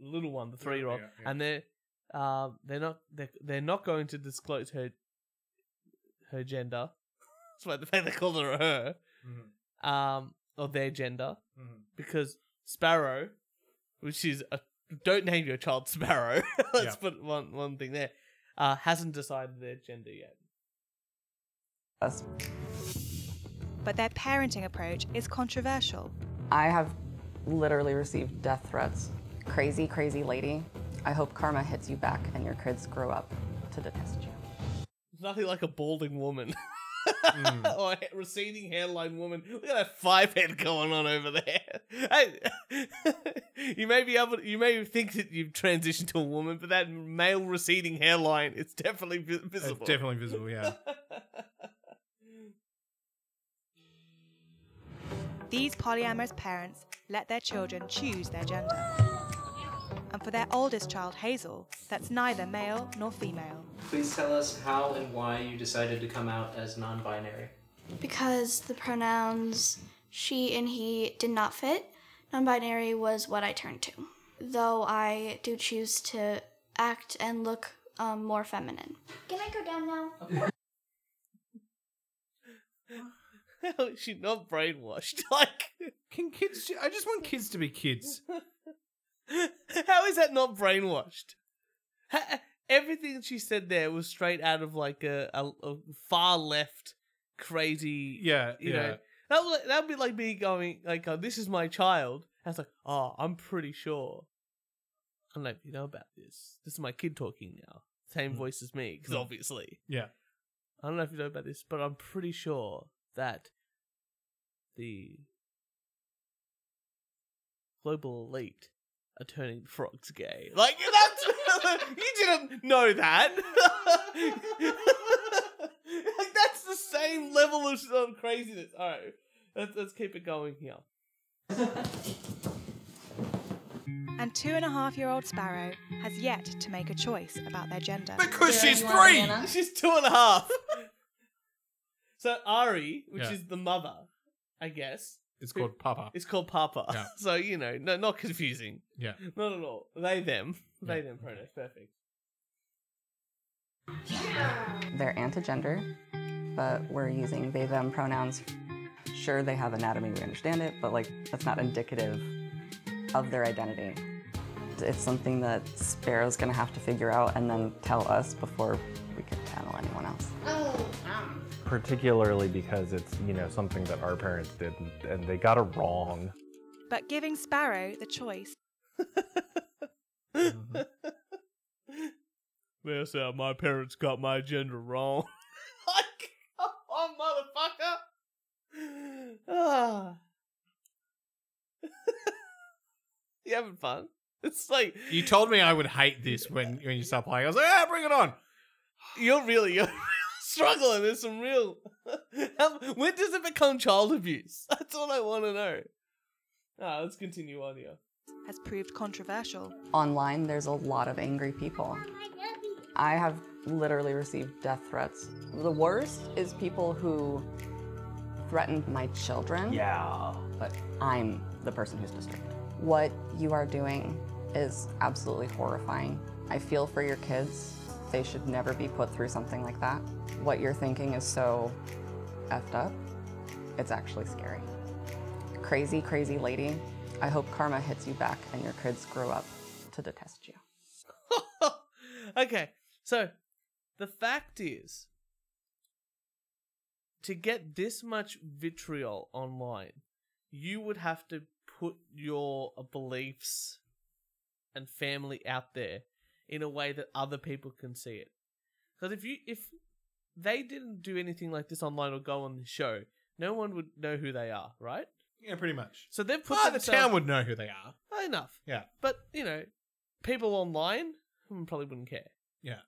[SPEAKER 1] little one, the three year old.
[SPEAKER 2] yeah, yeah.
[SPEAKER 1] And they're. Um, they're not they're, they're not going to disclose her her gender. That's why the fact they called her a her. um, or their gender because Sparrow, which is a don't name your child Sparrow. Let's
[SPEAKER 2] Yeah.
[SPEAKER 1] put one one thing there. Uh, hasn't decided their gender yet.
[SPEAKER 3] But their parenting approach is controversial.
[SPEAKER 4] I have literally received death threats. Crazy, crazy lady. I hope karma hits you back and your kids grow up to detest you.
[SPEAKER 1] There's nothing like a balding woman
[SPEAKER 2] Mm.
[SPEAKER 1] or a ha- receding hairline woman. Look at that five head going on over there. Hey, you may be able, you may think that you've transitioned to a woman, but that male receding hairline, it's definitely vi-
[SPEAKER 2] It's
[SPEAKER 1] visible.
[SPEAKER 2] definitely visible. Yeah.
[SPEAKER 3] These polyamorous parents let their children choose their gender. And for their oldest child, Hazel, that's neither male nor female.
[SPEAKER 5] Please tell us how and why you decided to come out as non binary.
[SPEAKER 6] because the pronouns she and he did not fit, non binary was what I turned to. Though I do choose to act and look um, more feminine. Can I go down now?
[SPEAKER 1] How is she not brainwashed? Like,
[SPEAKER 2] Can kids? ju- I just want kids to be kids.
[SPEAKER 1] How is that not brainwashed? Ha- everything she said there was straight out of like a, a, a far left crazy.
[SPEAKER 2] Yeah.
[SPEAKER 1] You
[SPEAKER 2] yeah.
[SPEAKER 1] know, That would that'd be like me going like, oh, "This is my child." And it's like, "Oh, I'm pretty sure." I don't know if you know about this. This is my kid talking now. Same
[SPEAKER 2] Mm.
[SPEAKER 1] voice as me, because
[SPEAKER 2] Mm.
[SPEAKER 1] obviously.
[SPEAKER 2] Yeah.
[SPEAKER 1] I don't know if you know about this, but I'm pretty sure that the global elite are turning frogs gay. Like that's you didn't know that. like that's the same level of, of craziness. All right, let's let's keep it going here.
[SPEAKER 3] And two and a half year old Sparrow has yet to make a choice about their gender.
[SPEAKER 2] Because
[SPEAKER 4] Sarah,
[SPEAKER 2] she's
[SPEAKER 4] you want
[SPEAKER 2] three.
[SPEAKER 4] banana?
[SPEAKER 1] She's two and a half. so Ari, which
[SPEAKER 2] Yeah.
[SPEAKER 1] is the mother, I guess,
[SPEAKER 2] It's called Papa.
[SPEAKER 1] It's called Papa.
[SPEAKER 2] Yeah.
[SPEAKER 1] So, you know, no, not confusing.
[SPEAKER 2] Yeah.
[SPEAKER 1] Not at all. They, them. They,
[SPEAKER 2] Yeah.
[SPEAKER 1] them pronouns. Perfect.
[SPEAKER 4] They're anti-gender, but we're using they them pronouns. Sure, they have anatomy, we understand it, but like that's not indicative of their identity. It's something that Sparrow's gonna have to figure out and then tell us before we can tell anyone else.
[SPEAKER 7] particularly because it's you know something that our parents did and- and they got it wrong
[SPEAKER 3] But giving Sparrow the choice
[SPEAKER 1] Mm-hmm. That's how my parents got my gender wrong. like, come on, motherfucker. Ah. you having fun? It's like,
[SPEAKER 2] You told me I would hate this when when you start playing. I was like, ah, bring it on.
[SPEAKER 1] you're really, you're struggling. There's some real. How- when does it become child abuse? That's all I want to know. Ah, let's continue on here.
[SPEAKER 3] has proved controversial.
[SPEAKER 4] Online, there's a lot of angry people. I have literally received death threats. The worst is people who threatened my children.
[SPEAKER 7] yeah
[SPEAKER 4] but I'm the person who's distracted. What you are doing is absolutely horrifying. I feel for your kids. They should never be put through something like that. What you're thinking is so effed up. It's actually scary. Crazy, crazy lady. I hope karma hits you back and your kids grow up to detest you.
[SPEAKER 1] okay, so the fact is, to get this much vitriol online, you would have to put your beliefs and family out there in a way that other people can see it. Because if you if they didn't do anything like this online or go on the show, no one would know who they are, right?
[SPEAKER 2] Yeah, pretty much.
[SPEAKER 1] So they've put
[SPEAKER 2] Well, Ah, the
[SPEAKER 1] themselves-
[SPEAKER 2] town would know who they are.
[SPEAKER 1] Oh, enough.
[SPEAKER 2] Yeah.
[SPEAKER 1] But you know, people online hmm, probably wouldn't care.
[SPEAKER 2] Yeah.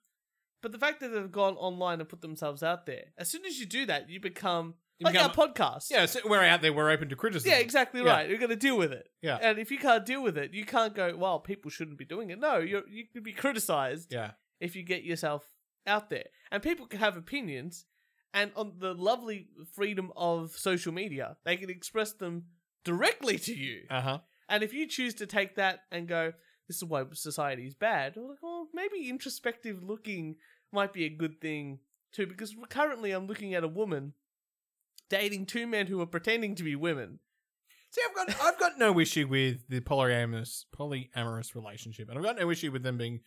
[SPEAKER 1] But the fact that they've gone online and put themselves out there, as soon as you do that, you become
[SPEAKER 2] You
[SPEAKER 1] like
[SPEAKER 2] become-
[SPEAKER 1] our podcast.
[SPEAKER 2] Yeah, so we're out there. We're open to criticism.
[SPEAKER 1] Yeah, exactly
[SPEAKER 2] Yeah.
[SPEAKER 1] right. You're going to deal with it.
[SPEAKER 2] Yeah.
[SPEAKER 1] And if you can't deal with it, you can't go, well, people shouldn't be doing it. No, you're, you could be criticized
[SPEAKER 2] Yeah.
[SPEAKER 1] if you get yourself out there. And people can have opinions, and on the lovely freedom of social media, they can express them directly to you.
[SPEAKER 2] Uh huh.
[SPEAKER 1] And if you choose to take that and go, this is why society is bad, I'm like, well, maybe introspective looking might be a good thing too, because currently I'm looking at a woman dating two men who are pretending to be women.
[SPEAKER 2] See, I've got I've got no issue with the polyamorous polyamorous relationship, and I've got no issue with them being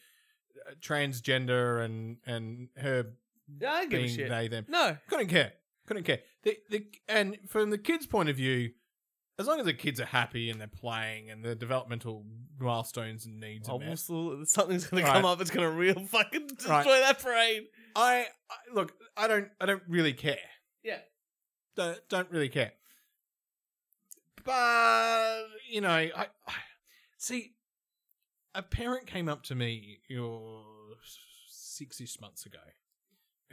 [SPEAKER 2] uh, transgender and and her
[SPEAKER 1] Yeah, I don't give a
[SPEAKER 2] being
[SPEAKER 1] shit.
[SPEAKER 2] they them.
[SPEAKER 1] No.
[SPEAKER 2] Couldn't care. Couldn't care. The the and from the kids' point of view, as long as the kids are happy and they're playing and their developmental milestones and needs
[SPEAKER 1] Oh,
[SPEAKER 2] are met,
[SPEAKER 1] Obviously, something's going to
[SPEAKER 2] Right.
[SPEAKER 1] come up. It's going to real fucking destroy
[SPEAKER 2] Right.
[SPEAKER 1] that parade.
[SPEAKER 2] I, I look. I don't. I don't really care.
[SPEAKER 1] Yeah.
[SPEAKER 2] Don't don't really care. But you know, I, I see. A parent came up to me, you know, six-ish months ago,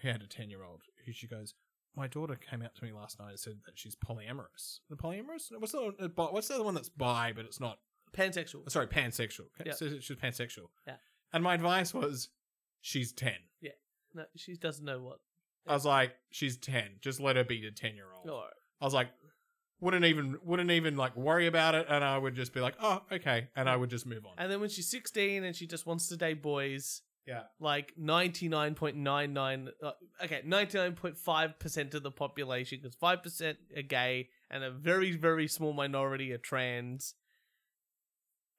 [SPEAKER 2] who had a ten-year-old. Who she goes, my daughter came out to me last night and said that she's polyamorous. The polyamorous? What's the uh, bi- what's the other one that's bi, but it's not
[SPEAKER 1] Pansexual.
[SPEAKER 2] sorry, pansexual.
[SPEAKER 1] Yeah.
[SPEAKER 2] So she's pansexual.
[SPEAKER 1] Yeah.
[SPEAKER 2] And my advice was, she's ten.
[SPEAKER 1] No, she doesn't know what.
[SPEAKER 2] I was like, she's ten. Just let her be a ten year old.
[SPEAKER 1] No.
[SPEAKER 2] I was like, wouldn't even wouldn't even like worry about it, and I would just be like, oh, okay, and I would just move on. Uh,
[SPEAKER 1] And then when she's 16 and she just wants to date boys,
[SPEAKER 2] yeah.
[SPEAKER 1] like 99.99 uh, okay 99.5% of the population because 5% are gay and a very very small minority are trans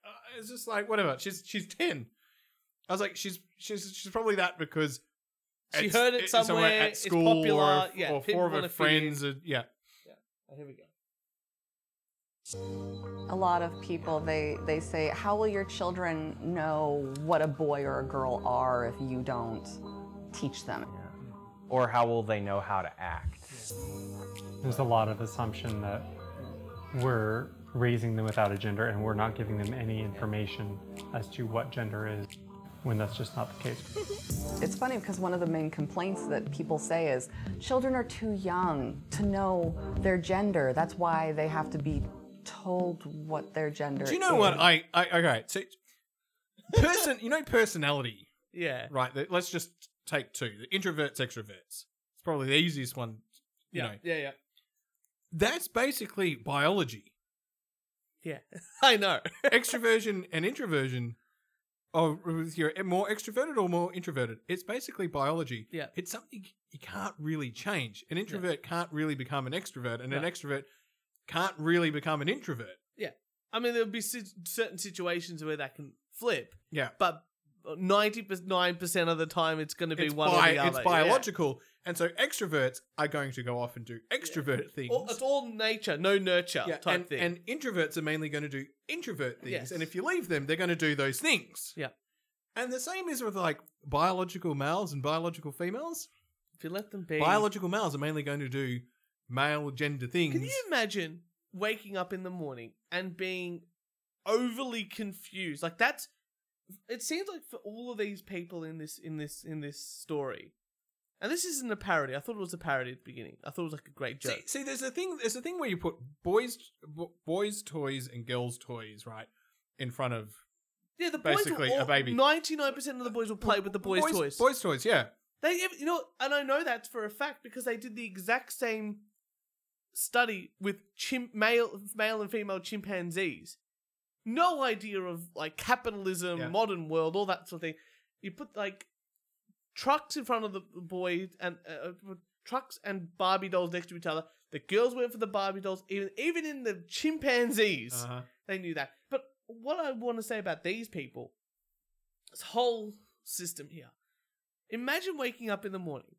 [SPEAKER 2] Uh, it's just like whatever. She's she's ten. I was like, she's she's she's probably that because
[SPEAKER 1] She
[SPEAKER 2] it's-
[SPEAKER 1] heard it somewhere,
[SPEAKER 2] at
[SPEAKER 1] it's
[SPEAKER 2] school,
[SPEAKER 1] popular,
[SPEAKER 2] or,
[SPEAKER 1] yeah,
[SPEAKER 2] or
[SPEAKER 1] people
[SPEAKER 2] four of her
[SPEAKER 1] wanna fit in.
[SPEAKER 2] friends. Are, yeah,
[SPEAKER 1] oh, here we go
[SPEAKER 4] A lot of people they they say, "How will your children know what a boy or a girl are if you don't teach them?"
[SPEAKER 7] Or how will they know how to act?
[SPEAKER 8] There's a lot of assumption that we're raising them without a gender and we're not giving them any information as to what gender is when that's just not the case.
[SPEAKER 4] It's funny because one of the main complaints that people say is children are too young to know their gender. That's why they have to be told what their gender is.
[SPEAKER 2] Do you know what I? I okay. So, person, you know personality,
[SPEAKER 1] Yeah.
[SPEAKER 2] right? that- Let's just take two: the introverts, extroverts. It's probably the easiest one. You
[SPEAKER 1] Yeah.
[SPEAKER 2] know,
[SPEAKER 1] Yeah. Yeah.
[SPEAKER 2] that's basically biology.
[SPEAKER 1] Yeah. I know.
[SPEAKER 2] Extroversion and introversion. Oh, if you're more extroverted or more introverted. It's basically biology.
[SPEAKER 1] Yeah.
[SPEAKER 2] It's something you can't really change. An introvert can't really become an extrovert, and an
[SPEAKER 1] No.
[SPEAKER 2] extrovert can't really become an introvert.
[SPEAKER 1] I mean, there'll be si- certain situations where that can flip,
[SPEAKER 2] Yeah.
[SPEAKER 1] but ninety nine percent of the time, it's going to be
[SPEAKER 2] it's,
[SPEAKER 1] one
[SPEAKER 2] bi-
[SPEAKER 1] or the other.
[SPEAKER 2] it's biological. And so extroverts are going to go off and do extrovert
[SPEAKER 1] Yeah.
[SPEAKER 2] things.
[SPEAKER 1] All- it's all nature, no nurture
[SPEAKER 2] yeah,
[SPEAKER 1] type
[SPEAKER 2] and,
[SPEAKER 1] thing.
[SPEAKER 2] and introverts are mainly going to do introvert things.
[SPEAKER 1] Yes.
[SPEAKER 2] And if you leave them, they're going to do those things.
[SPEAKER 1] Yeah.
[SPEAKER 2] And the same is with like biological males and biological females.
[SPEAKER 1] if you let them be,
[SPEAKER 2] Biological males are mainly going to do male gender things.
[SPEAKER 1] Can you imagine waking up in the morning and being overly confused? Like that's it seems like for all of these people in this in this in this story. And this isn't a parody. I thought it was a parody at the beginning. I thought it was like a great joke.
[SPEAKER 2] See, see, there's a thing. There's a thing where you put boys, b- boys' toys and girls' toys, right, in front of
[SPEAKER 1] yeah, the boys
[SPEAKER 2] basically
[SPEAKER 1] will
[SPEAKER 2] a
[SPEAKER 1] all,
[SPEAKER 2] baby.
[SPEAKER 1] 99% of the boys will play with the boys, toys.
[SPEAKER 2] Boys' toys, yeah.
[SPEAKER 1] They you know, and I know that for a fact because they did the exact same study with chimp male male and female chimpanzees. No idea of like capitalism,
[SPEAKER 2] Yeah.
[SPEAKER 1] modern world, all that sort of thing. You put like trucks in front of the boy and uh, uh, trucks and Barbie dolls next to each other. The girls went for the Barbie dolls, even even in the chimpanzees
[SPEAKER 2] Uh-huh.
[SPEAKER 1] they knew that. But what I want to say about these people, this whole system here. Imagine waking up in the morning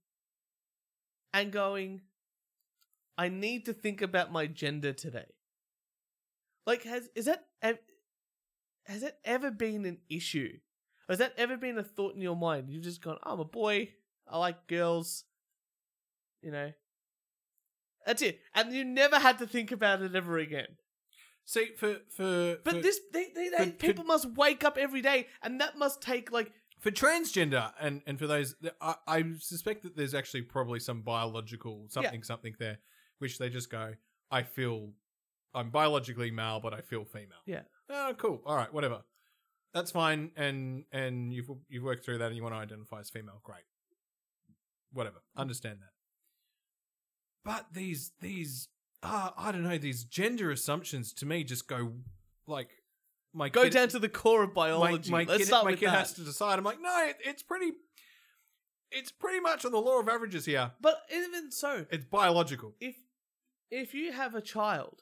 [SPEAKER 1] and going, I need to think about my gender today. Like, has is that ev- has that ever been an issue? Has that ever been a thought in your mind? You've just gone, I'm a boy. I like girls. You know, that's it. And you never had to think about it ever again.
[SPEAKER 2] See, for for
[SPEAKER 1] But
[SPEAKER 2] for,
[SPEAKER 1] this, they, they, they
[SPEAKER 2] could-
[SPEAKER 1] people
[SPEAKER 2] could-
[SPEAKER 1] must wake up every day, and that must take like
[SPEAKER 2] for transgender and and for those, I, I suspect that there's actually probably some biological something something there, which they just go, I feel, I'm biologically male, but I feel female.
[SPEAKER 1] Yeah.
[SPEAKER 2] Oh, cool. All right, whatever. That's fine. And and you've you've worked through that, and you want to identify as female. Great. Whatever.
[SPEAKER 1] Mm.
[SPEAKER 2] Understand that. But these these uh, I don't know these gender assumptions to me just go like my
[SPEAKER 1] go
[SPEAKER 2] kid-
[SPEAKER 1] down to the core of biology.
[SPEAKER 2] my, my
[SPEAKER 1] Let's
[SPEAKER 2] kid,
[SPEAKER 1] start
[SPEAKER 2] my
[SPEAKER 1] with
[SPEAKER 2] kid
[SPEAKER 1] that.
[SPEAKER 2] has to decide. I'm like, no, it, it's pretty. It's pretty much on the law of averages here.
[SPEAKER 1] But even so,
[SPEAKER 2] It's biological.
[SPEAKER 1] if if you have a child,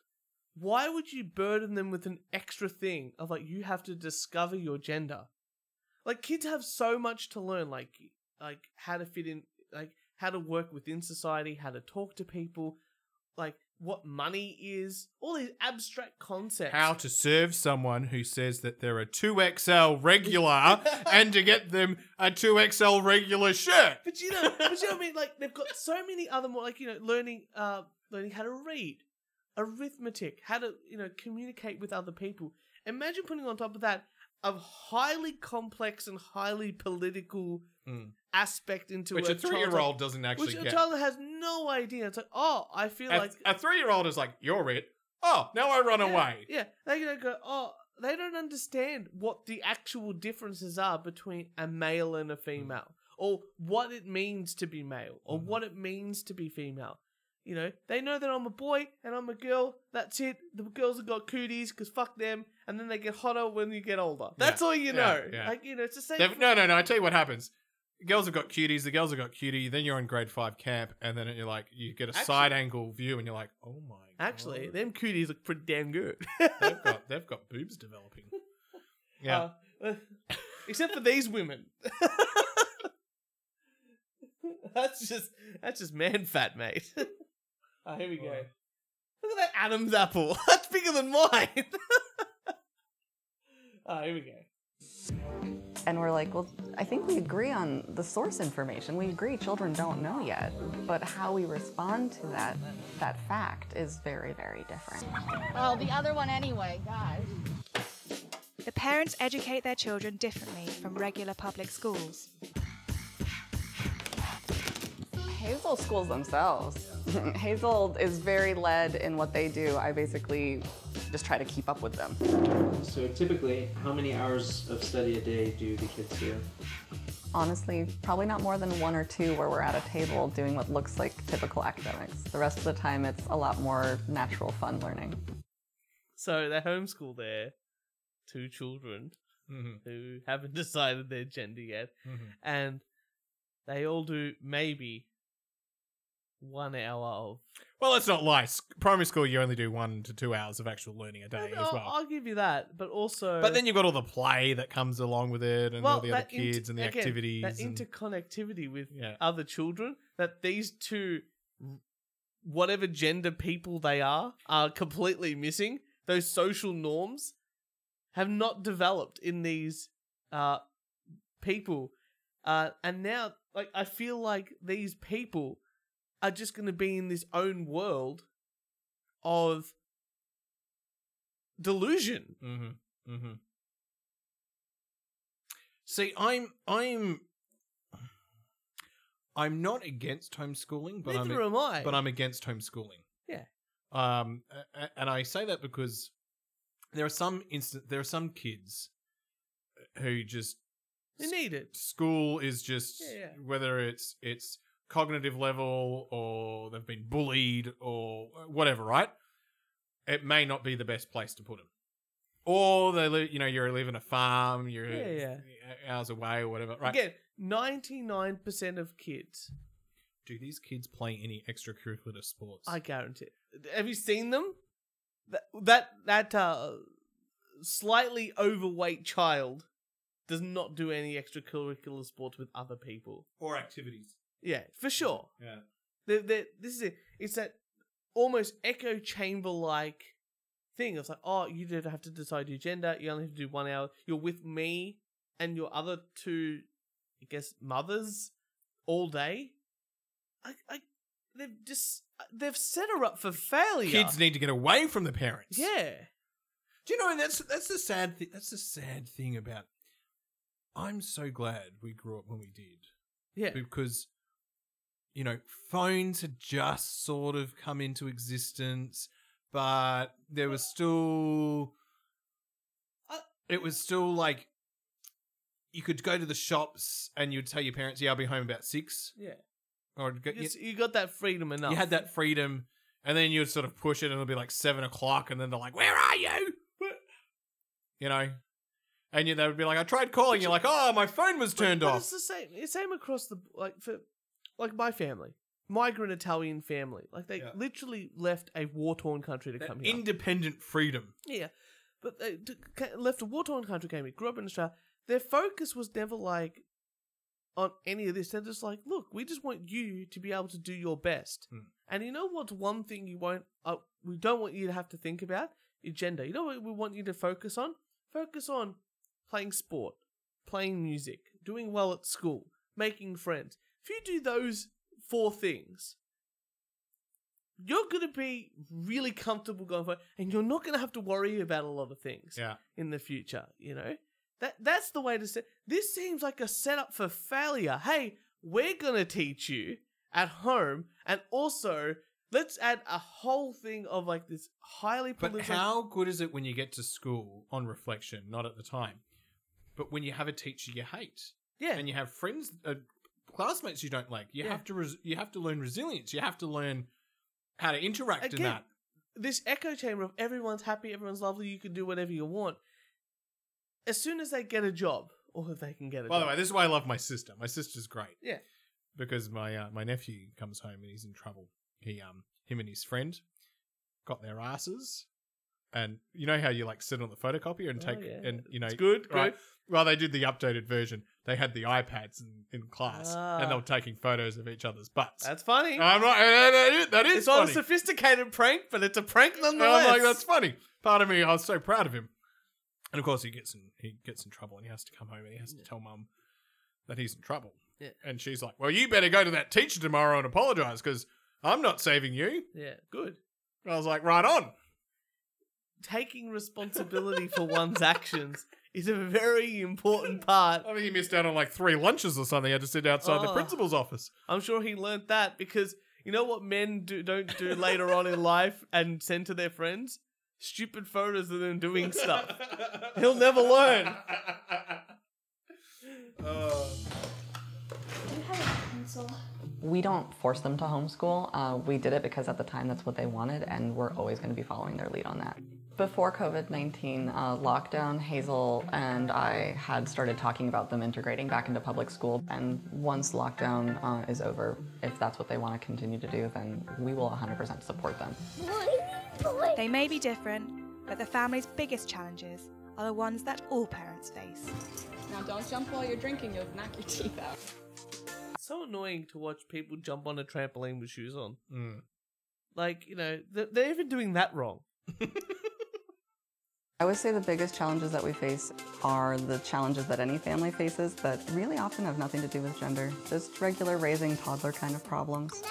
[SPEAKER 1] why would you burden them with an extra thing of like you have to discover your gender? Like kids have so much to learn, like like how to fit in, like how to work within society, how to talk to people, like what money is, all these abstract concepts.
[SPEAKER 2] How to serve someone who says that they're a two XL regular and to get them a two XL regular shirt.
[SPEAKER 1] But you know, but you know what I mean? Like they've got so many other more, like you know, learning, uh, learning how to read, arithmetic, how to you know communicate with other people. Imagine putting on top of that a highly complex and highly political
[SPEAKER 2] Mm.
[SPEAKER 1] aspect into
[SPEAKER 2] Which a
[SPEAKER 1] child's-
[SPEAKER 2] three year old doesn't
[SPEAKER 1] which
[SPEAKER 2] actually
[SPEAKER 1] a
[SPEAKER 2] get.
[SPEAKER 1] child has no idea. It's like, oh, I feel like
[SPEAKER 2] a three year old is like, you're it. Oh, now I run
[SPEAKER 1] yeah,
[SPEAKER 2] away.
[SPEAKER 1] Yeah, they don't go. Oh, they don't understand what the actual differences are between a male and a
[SPEAKER 2] Hmm.
[SPEAKER 1] female, or what it means to be male, or
[SPEAKER 2] Hmm.
[SPEAKER 1] what it means to be female. You know, they know that I'm a boy and I'm a girl. That's it. The girls have got cooties because fuck them, and then they get hotter when you get older. That's all you
[SPEAKER 2] yeah,
[SPEAKER 1] know.
[SPEAKER 2] yeah.
[SPEAKER 1] Like you know, it's the same.
[SPEAKER 2] They've- no, no, no. I tell you what happens. The girls have got cuties. The girls have got cutie. Then you're in grade five camp, and then you're like, you get a
[SPEAKER 1] Actually-
[SPEAKER 2] side angle view, and you're like, oh my.
[SPEAKER 1] Actually,
[SPEAKER 2] God.
[SPEAKER 1] them cooties look pretty damn good.
[SPEAKER 2] they've got they've got boobs developing. Yeah,
[SPEAKER 1] Uh, except for these women. that's just that's just man fat, mate. oh, here we Ah, go. Look at that Adam's apple. That's bigger than mine. oh, here we go.
[SPEAKER 4] And we're like, well, I think we agree on the source information. We agree children don't know yet, but how we respond to that that fact is very, very different.
[SPEAKER 9] Well, the other one anyway, guys.
[SPEAKER 3] The parents educate their children differently from regular public schools.
[SPEAKER 4] Hazel schools themselves. Hazel is very led in what they do. I basically just try to keep up with them.
[SPEAKER 5] So typically, how many hours of study a day do the kids do?
[SPEAKER 4] Honestly, probably not more than one or two where we're at a table doing what looks like typical academics. The rest of the time, it's a lot more natural, fun learning.
[SPEAKER 1] So they homeschool their two children
[SPEAKER 2] Mhm.
[SPEAKER 1] who haven't decided their gender yet,
[SPEAKER 2] Mhm.
[SPEAKER 1] and they all do maybe one hour of.
[SPEAKER 2] Well, let's not lie. S- Primary school, you only do one to two hours of actual learning a day as
[SPEAKER 1] I'll,
[SPEAKER 2] well.
[SPEAKER 1] I'll give you that, but also.
[SPEAKER 2] but then you've got all the play that comes along with it, and all the other
[SPEAKER 1] that inter-
[SPEAKER 2] kids and the
[SPEAKER 1] again,
[SPEAKER 2] activities.
[SPEAKER 1] That
[SPEAKER 2] and-
[SPEAKER 1] interconnectivity with
[SPEAKER 2] Yeah.
[SPEAKER 1] other children that these two, whatever gender people they are, are completely missing. Those social norms have not developed in these uh, people. Uh, and now, like, I feel like these people are just going to be in this own world of delusion.
[SPEAKER 2] Mm-hmm. Mm-hmm. See, I'm, I'm, I'm not against homeschooling, but
[SPEAKER 1] Neither
[SPEAKER 2] I'm,
[SPEAKER 1] am I.
[SPEAKER 2] but I'm against homeschooling.
[SPEAKER 1] Yeah.
[SPEAKER 2] Um, a- a- and I say that because there are some instant, there are some kids who just
[SPEAKER 1] they need it.
[SPEAKER 2] school is just
[SPEAKER 1] Yeah, yeah.
[SPEAKER 2] whether it's it's cognitive level or they've been bullied or whatever right it may not be the best place to put them or they live you know you're living a farm you're
[SPEAKER 1] Yeah,
[SPEAKER 2] hours away or whatever right
[SPEAKER 1] Again, ninety nine percent of kids,
[SPEAKER 2] do these kids play any extracurricular sports
[SPEAKER 1] I guarantee. Have you seen them? That that that uh, slightly overweight child does not do any extracurricular sports with other people.
[SPEAKER 2] or activities
[SPEAKER 1] Yeah, for sure.
[SPEAKER 2] yeah
[SPEAKER 1] They're, they're, this is it. It's that almost echo chamber like thing. It's like, oh, you don't have to decide your gender. You only have to do one hour. You're with me and your other two, I guess, mothers all day. I, I, they've just they've set her up for failure.
[SPEAKER 2] kids need to get away from the parents
[SPEAKER 1] yeah.
[SPEAKER 2] Do you know? And that's that's the sad thing. That's the sad thing about. I'm so glad we grew up when we did
[SPEAKER 1] Yeah.
[SPEAKER 2] because, you know, phones had just sort of come into existence, but there was still.
[SPEAKER 1] Uh,
[SPEAKER 2] It was still like. You could go to the shops and you'd tell your parents, "Yeah, I'll be home about six.
[SPEAKER 1] Yeah.
[SPEAKER 2] Or go,
[SPEAKER 1] You, you got that freedom enough.
[SPEAKER 2] you had that freedom, and then you'd sort of push it, and it'll be like seven o'clock, and then they're like, "Where are you?" You know, and you, they would be like, "I tried calling." You're like, "Oh, my phone was
[SPEAKER 1] But-
[SPEAKER 2] turned
[SPEAKER 1] but
[SPEAKER 2] off."
[SPEAKER 1] It's the same. It's same across the like for like my family, migrant Italian family. Like they
[SPEAKER 2] Yeah.
[SPEAKER 1] literally left a war torn country to
[SPEAKER 2] That
[SPEAKER 1] come here.
[SPEAKER 2] independent freedom.
[SPEAKER 1] yeah, but they t- ca- left a war torn country, came here, grew up in Australia. Their focus was never like on any of this. They're just like, look, we just want you to be able to do your best.
[SPEAKER 2] Hmm.
[SPEAKER 1] And you know what's one thing you won't? Uh, we don't want you to have to think about your gender. You know what we want you to focus on? Focus on playing sport, playing music, doing well at school, making friends. If you do those four things, you're going to be really comfortable going forward, and you're not going to have to worry about a lot of things
[SPEAKER 2] Yeah,
[SPEAKER 1] in the future. You know that that's the way to say. This seems like a setup for failure. Hey, we're gonna teach you at home, and also let's add a whole thing of like this highly.
[SPEAKER 2] but
[SPEAKER 1] politic-
[SPEAKER 2] how good is it when you get to school on reflection? Not at the time, but when you have a teacher you hate,
[SPEAKER 1] Yeah,
[SPEAKER 2] and you have friends, uh, classmates you don't like, you
[SPEAKER 1] Yeah.
[SPEAKER 2] have to res- you have to learn resilience. You have to learn how to interact in
[SPEAKER 1] Again,
[SPEAKER 2] that.
[SPEAKER 1] this echo chamber of everyone's happy, everyone's lovely, you can do whatever you want. As soon as they get a job, or if they can get a
[SPEAKER 2] By the
[SPEAKER 1] job.
[SPEAKER 2] way, this is why I love my sister. My sister's great.
[SPEAKER 1] Yeah.
[SPEAKER 2] Because my uh, my nephew comes home and he's in trouble. He um him and his friend got their asses and you know how you like sit on the photocopier and
[SPEAKER 1] Oh,
[SPEAKER 2] take
[SPEAKER 1] yeah.
[SPEAKER 2] and you know
[SPEAKER 1] It's good,
[SPEAKER 2] right?
[SPEAKER 1] good.
[SPEAKER 2] Well, they did the updated version. They had the iPads in, in class,
[SPEAKER 1] Ah.
[SPEAKER 2] and they were taking photos of each other's butts.
[SPEAKER 1] That's funny.
[SPEAKER 2] I'm not. that is- That is
[SPEAKER 1] it's not a
[SPEAKER 2] funny.
[SPEAKER 1] sophisticated prank, but it's a prank
[SPEAKER 2] And I'm
[SPEAKER 1] nonetheless.
[SPEAKER 2] like, that's funny. Part of me, I was so proud of him. And of course, he gets in he gets in trouble, and he has to come home, and he has to tell mum that he's in trouble.
[SPEAKER 1] Yeah.
[SPEAKER 2] And she's like, "Well, you better go to that teacher tomorrow and apologize, because I'm not saving you."
[SPEAKER 1] yeah, good.
[SPEAKER 2] And I was like, "Right on."
[SPEAKER 1] Taking responsibility for one's actions is a very important part.
[SPEAKER 2] I mean, he missed out on like three lunches or something. He had to sit outside the
[SPEAKER 1] Oh.
[SPEAKER 2] principal's office.
[SPEAKER 1] I'm sure he learnt that because you know what men do, don't do later on in life and send to their friends? Stupid photos of them doing stuff. He'll never learn.
[SPEAKER 6] Do you have a pencil?
[SPEAKER 4] We don't force them to homeschool. Uh, we did it because at the time that's what they wanted, and we're always going to be following their lead on that. Before COVID 19 uh, lockdown, Hazel and I had started talking about them integrating back into public school. And once lockdown uh, is over, if that's what they want to continue to do, then we will 100% support them.
[SPEAKER 3] They may be different, but the family's biggest challenges are the ones that all parents face.
[SPEAKER 9] Now don't jump while you're drinking, you'll knock your teeth out.
[SPEAKER 1] so annoying to watch people jump on a trampoline with shoes on.
[SPEAKER 2] Mm.
[SPEAKER 1] Like, you know, they're, they're even doing that wrong.
[SPEAKER 4] I would say the biggest challenges that we face are the challenges that any family faces that really often have nothing to do with gender, just regular raising toddler kind of problems.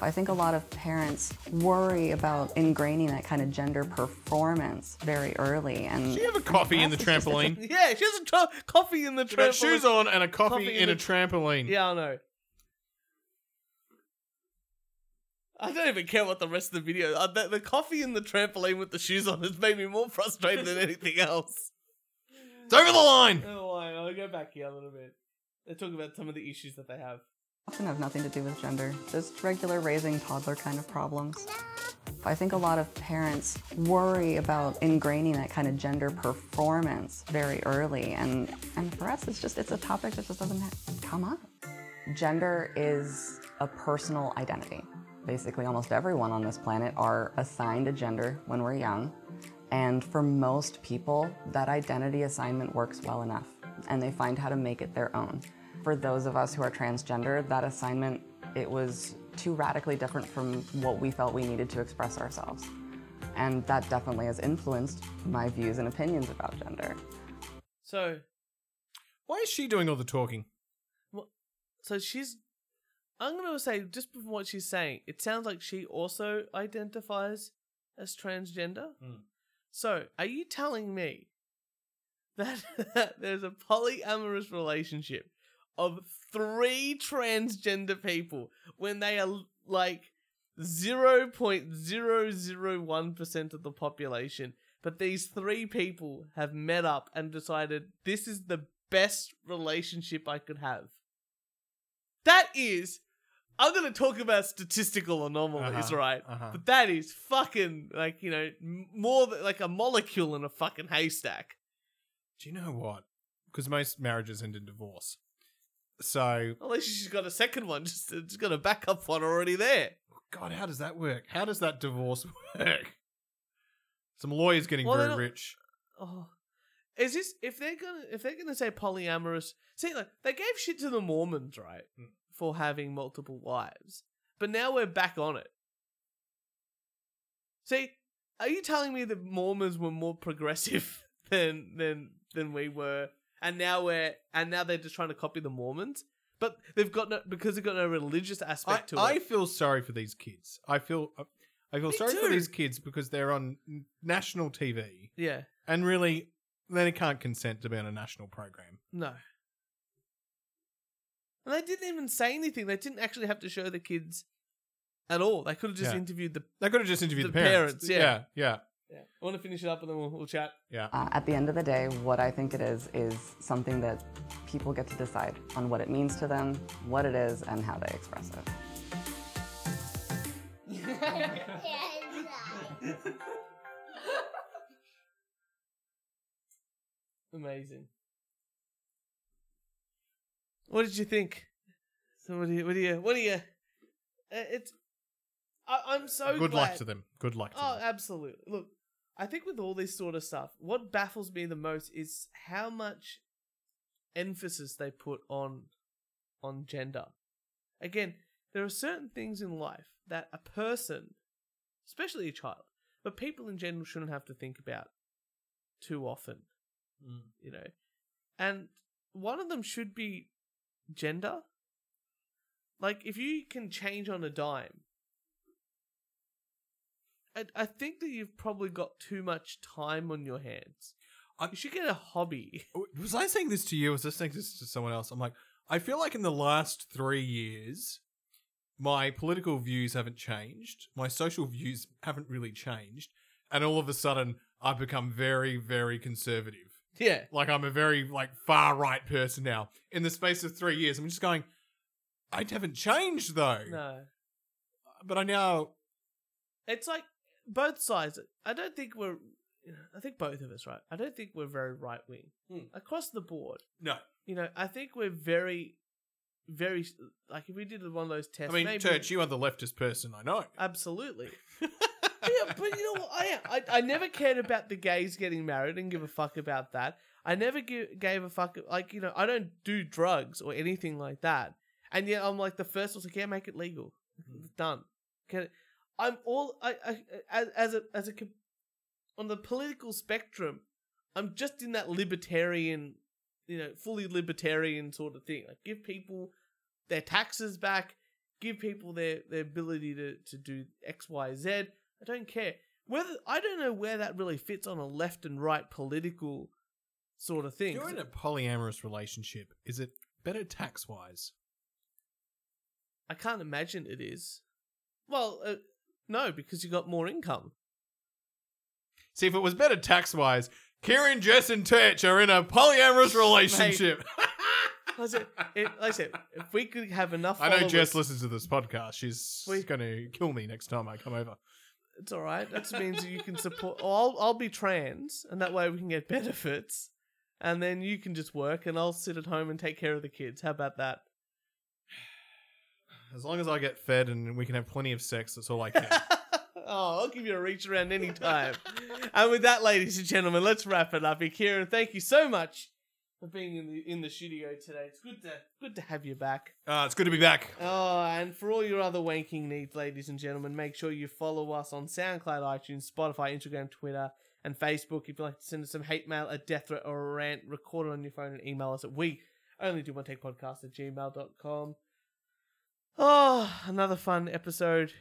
[SPEAKER 4] I think a lot of parents worry about ingraining that kind of gender performance very early, and
[SPEAKER 2] Do you have a coffee in the trampoline?
[SPEAKER 1] Yeah, she has a tro- coffee in the
[SPEAKER 2] You got
[SPEAKER 1] trampoline.
[SPEAKER 2] shoes on and a coffee,
[SPEAKER 1] Coffee
[SPEAKER 2] in,
[SPEAKER 1] in
[SPEAKER 2] a
[SPEAKER 1] the-
[SPEAKER 2] trampoline.
[SPEAKER 1] Yeah, I know. I don't even care what the rest of the video. Uh, the, the coffee in the trampoline with the shoes on has made me more frustrated than anything else.
[SPEAKER 2] It's over the line.
[SPEAKER 1] Oh, why? I'll go back here a little bit. They talk about some of the issues that they have.
[SPEAKER 4] often have nothing to do with gender, just regular raising toddler kind of problems. I think a lot of parents worry about ingraining that kind of gender performance very early, and and for us, it's just it's a topic that just doesn't ha- come up. Gender is a personal identity. Basically, almost everyone on this planet are assigned a gender when we're young, and for most people, that identity assignment works well enough, and they find how to make it their own. For those of us who are transgender, that assignment it was too radically different from what we felt we needed to express ourselves. And that definitely has influenced my views and opinions about gender.
[SPEAKER 1] So,
[SPEAKER 2] Why is she doing all the talking?
[SPEAKER 1] so she's. I'm going to say, just from what she's saying, it sounds like she also identifies as transgender.
[SPEAKER 2] Mm.
[SPEAKER 1] So, are you telling me that there's a polyamorous relationship of three transgender people when they are like 0.001% of the population? But these three people have met up and decided this is the best relationship I could have. That is, I'm going to talk about statistical anomalies,
[SPEAKER 2] Uh-huh,
[SPEAKER 1] right?
[SPEAKER 2] uh-huh.
[SPEAKER 1] But that is fucking like you know m- more than, like a molecule in a fucking haystack.
[SPEAKER 2] Do you know what? Because most marriages end in divorce. So,
[SPEAKER 1] At least she's got a second one. Just she's got a backup one already there.
[SPEAKER 2] God, how does that work? How does that divorce work? Some lawyers getting
[SPEAKER 1] Well, they
[SPEAKER 2] very
[SPEAKER 1] don't-
[SPEAKER 2] rich.
[SPEAKER 1] Oh, is this if they're gonna if they're gonna say polyamorous? See, like they gave shit to the Mormons, right, for having multiple wives, but now we're back on it. See, are you telling me the Mormons were more progressive than than than we were, and now we're and now they're just trying to copy the Mormons? But they've got no because they've got no religious
[SPEAKER 2] I,
[SPEAKER 1] aspect to
[SPEAKER 2] I
[SPEAKER 1] it.
[SPEAKER 2] feel sorry for these kids. I feel I feel
[SPEAKER 1] Me
[SPEAKER 2] sorry for
[SPEAKER 1] too.
[SPEAKER 2] these kids because they're on national TV
[SPEAKER 1] yeah,
[SPEAKER 2] and really they can't consent to be on a national program.
[SPEAKER 1] No. And they didn't even say anything. They didn't actually have to show the kids at all. They could have just
[SPEAKER 2] Yeah.
[SPEAKER 1] interviewed the.
[SPEAKER 2] They could have just interviewed the,
[SPEAKER 1] The
[SPEAKER 2] parents.
[SPEAKER 1] parents, yeah.
[SPEAKER 2] yeah, yeah.
[SPEAKER 1] I want to finish it up and then we'll, we'll chat.
[SPEAKER 2] yeah.
[SPEAKER 4] Uh, at the end of the day, what I think it is, is something that people get to decide on what it means to them, what it is, and how they express it.
[SPEAKER 1] Amazing. What did you think? So what do you? What do you? What do you? Uh, it's. I, I'm so
[SPEAKER 2] Good
[SPEAKER 1] glad.
[SPEAKER 2] luck to them. Good luck to
[SPEAKER 1] Oh,
[SPEAKER 2] them.
[SPEAKER 1] absolutely. Look, I think with all this sort of stuff, what baffles me the most is how much emphasis they put on on gender. Again, there are certain things in life that a person, especially a child, but people in general shouldn't have to think about too often, you know. And one of them should be gender. Like if you can change on a dime, I, I think that you've probably got too much time on your hands.
[SPEAKER 2] I-
[SPEAKER 1] you should get a hobby.
[SPEAKER 2] Was I saying this to you? or Was I saying this to someone else? I'm like, I feel like in the last three years, my political views haven't changed. My social views haven't really changed. And all of a sudden, I've become very, very conservative.
[SPEAKER 1] Yeah.
[SPEAKER 2] Like, I'm a very, like, far right person now. In the space of three years, I'm just going, I haven't changed though.
[SPEAKER 1] No.
[SPEAKER 2] But I now,
[SPEAKER 1] It's like both sides. I don't think we're. I think both of us, right? I don't think we're very right wing
[SPEAKER 2] Hmm.
[SPEAKER 1] across the board.
[SPEAKER 2] no.
[SPEAKER 1] You know, I think we're very, very like if we did one of those
[SPEAKER 2] I
[SPEAKER 1] tests.
[SPEAKER 2] mean,
[SPEAKER 1] maybe,
[SPEAKER 2] Church, you are the leftist person I know.
[SPEAKER 1] absolutely. yeah, but you know what? I, am. I I never cared about the gays getting married and give a fuck about that. I never give, gave a fuck like you know I don't do drugs or anything like that. And yet I'm like the first one's like yeah make it legal, It's done. Can I'm all I, I as as a as a com- on the political spectrum, I'm just in that libertarian, you know, fully libertarian sort of thing. Like give people their taxes back, give people their their ability to to do X Y Z. I don't care whether I don't know where that really fits on a left and right political sort of thing.
[SPEAKER 2] If you're in a polyamorous relationship, is it better tax wise?
[SPEAKER 1] I can't imagine it is. Well, uh, no, because you got more income.
[SPEAKER 2] See, if it was better tax wise, Kieran, Jess, and Turch are in a polyamorous relationship.
[SPEAKER 1] I said, it, I said, if we could have enough.
[SPEAKER 2] I know Jess
[SPEAKER 1] followers-
[SPEAKER 2] listens to this podcast. She's
[SPEAKER 1] We-
[SPEAKER 2] going to kill me next time I come over.
[SPEAKER 1] It's all right. That means you can support. I'll I'll be trans, and that way we can get benefits, and then you can just work, and I'll sit at home and take care of the kids. How about that?
[SPEAKER 2] As long as I get fed and we can have plenty of sex, that's all I care.
[SPEAKER 1] oh, I'll give you a reach around any time. and with that, ladies and gentlemen, let's wrap it up here. Kieran, thank you so much for being in the in the studio today. It's good to good to have you back.
[SPEAKER 2] uh, it's good to be back.
[SPEAKER 1] Oh, and for all your other wanking needs, ladies and gentlemen, make sure you follow us on SoundCloud, iTunes, Spotify, Instagram, Twitter, and Facebook. If you'd like to send us some hate mail, a death threat, or a rant, record it on your phone and email us at we only do one take podcast at gmail.com. Oh, another fun episode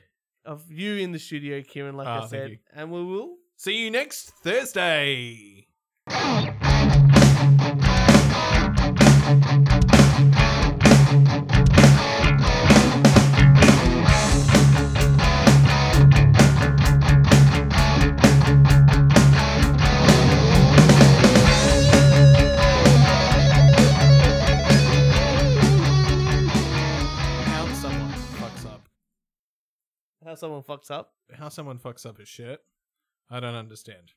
[SPEAKER 1] of you in the studio, Kieran, like
[SPEAKER 2] Ah,
[SPEAKER 1] I
[SPEAKER 2] thank
[SPEAKER 1] said.
[SPEAKER 2] you.
[SPEAKER 1] And we will
[SPEAKER 2] See you next Thursday. How someone fucks up
[SPEAKER 1] how someone fucks up.
[SPEAKER 2] how someone fucks up his shirt, I don't understand.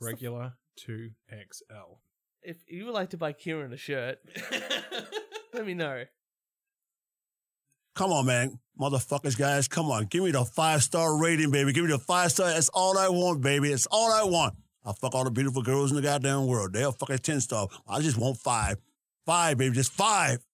[SPEAKER 2] Regular 2XL.
[SPEAKER 1] If you would like to buy Kieran a shirt, let me know.
[SPEAKER 10] Come on, man. Motherfuckers, guys, come on. Give me the five star rating, baby. Give me the five star. That's all I want, baby. That's all I want. I fuck all the beautiful girls in the goddamn world. They'll fuck a 10 star. I just want five. Five, baby. Just five.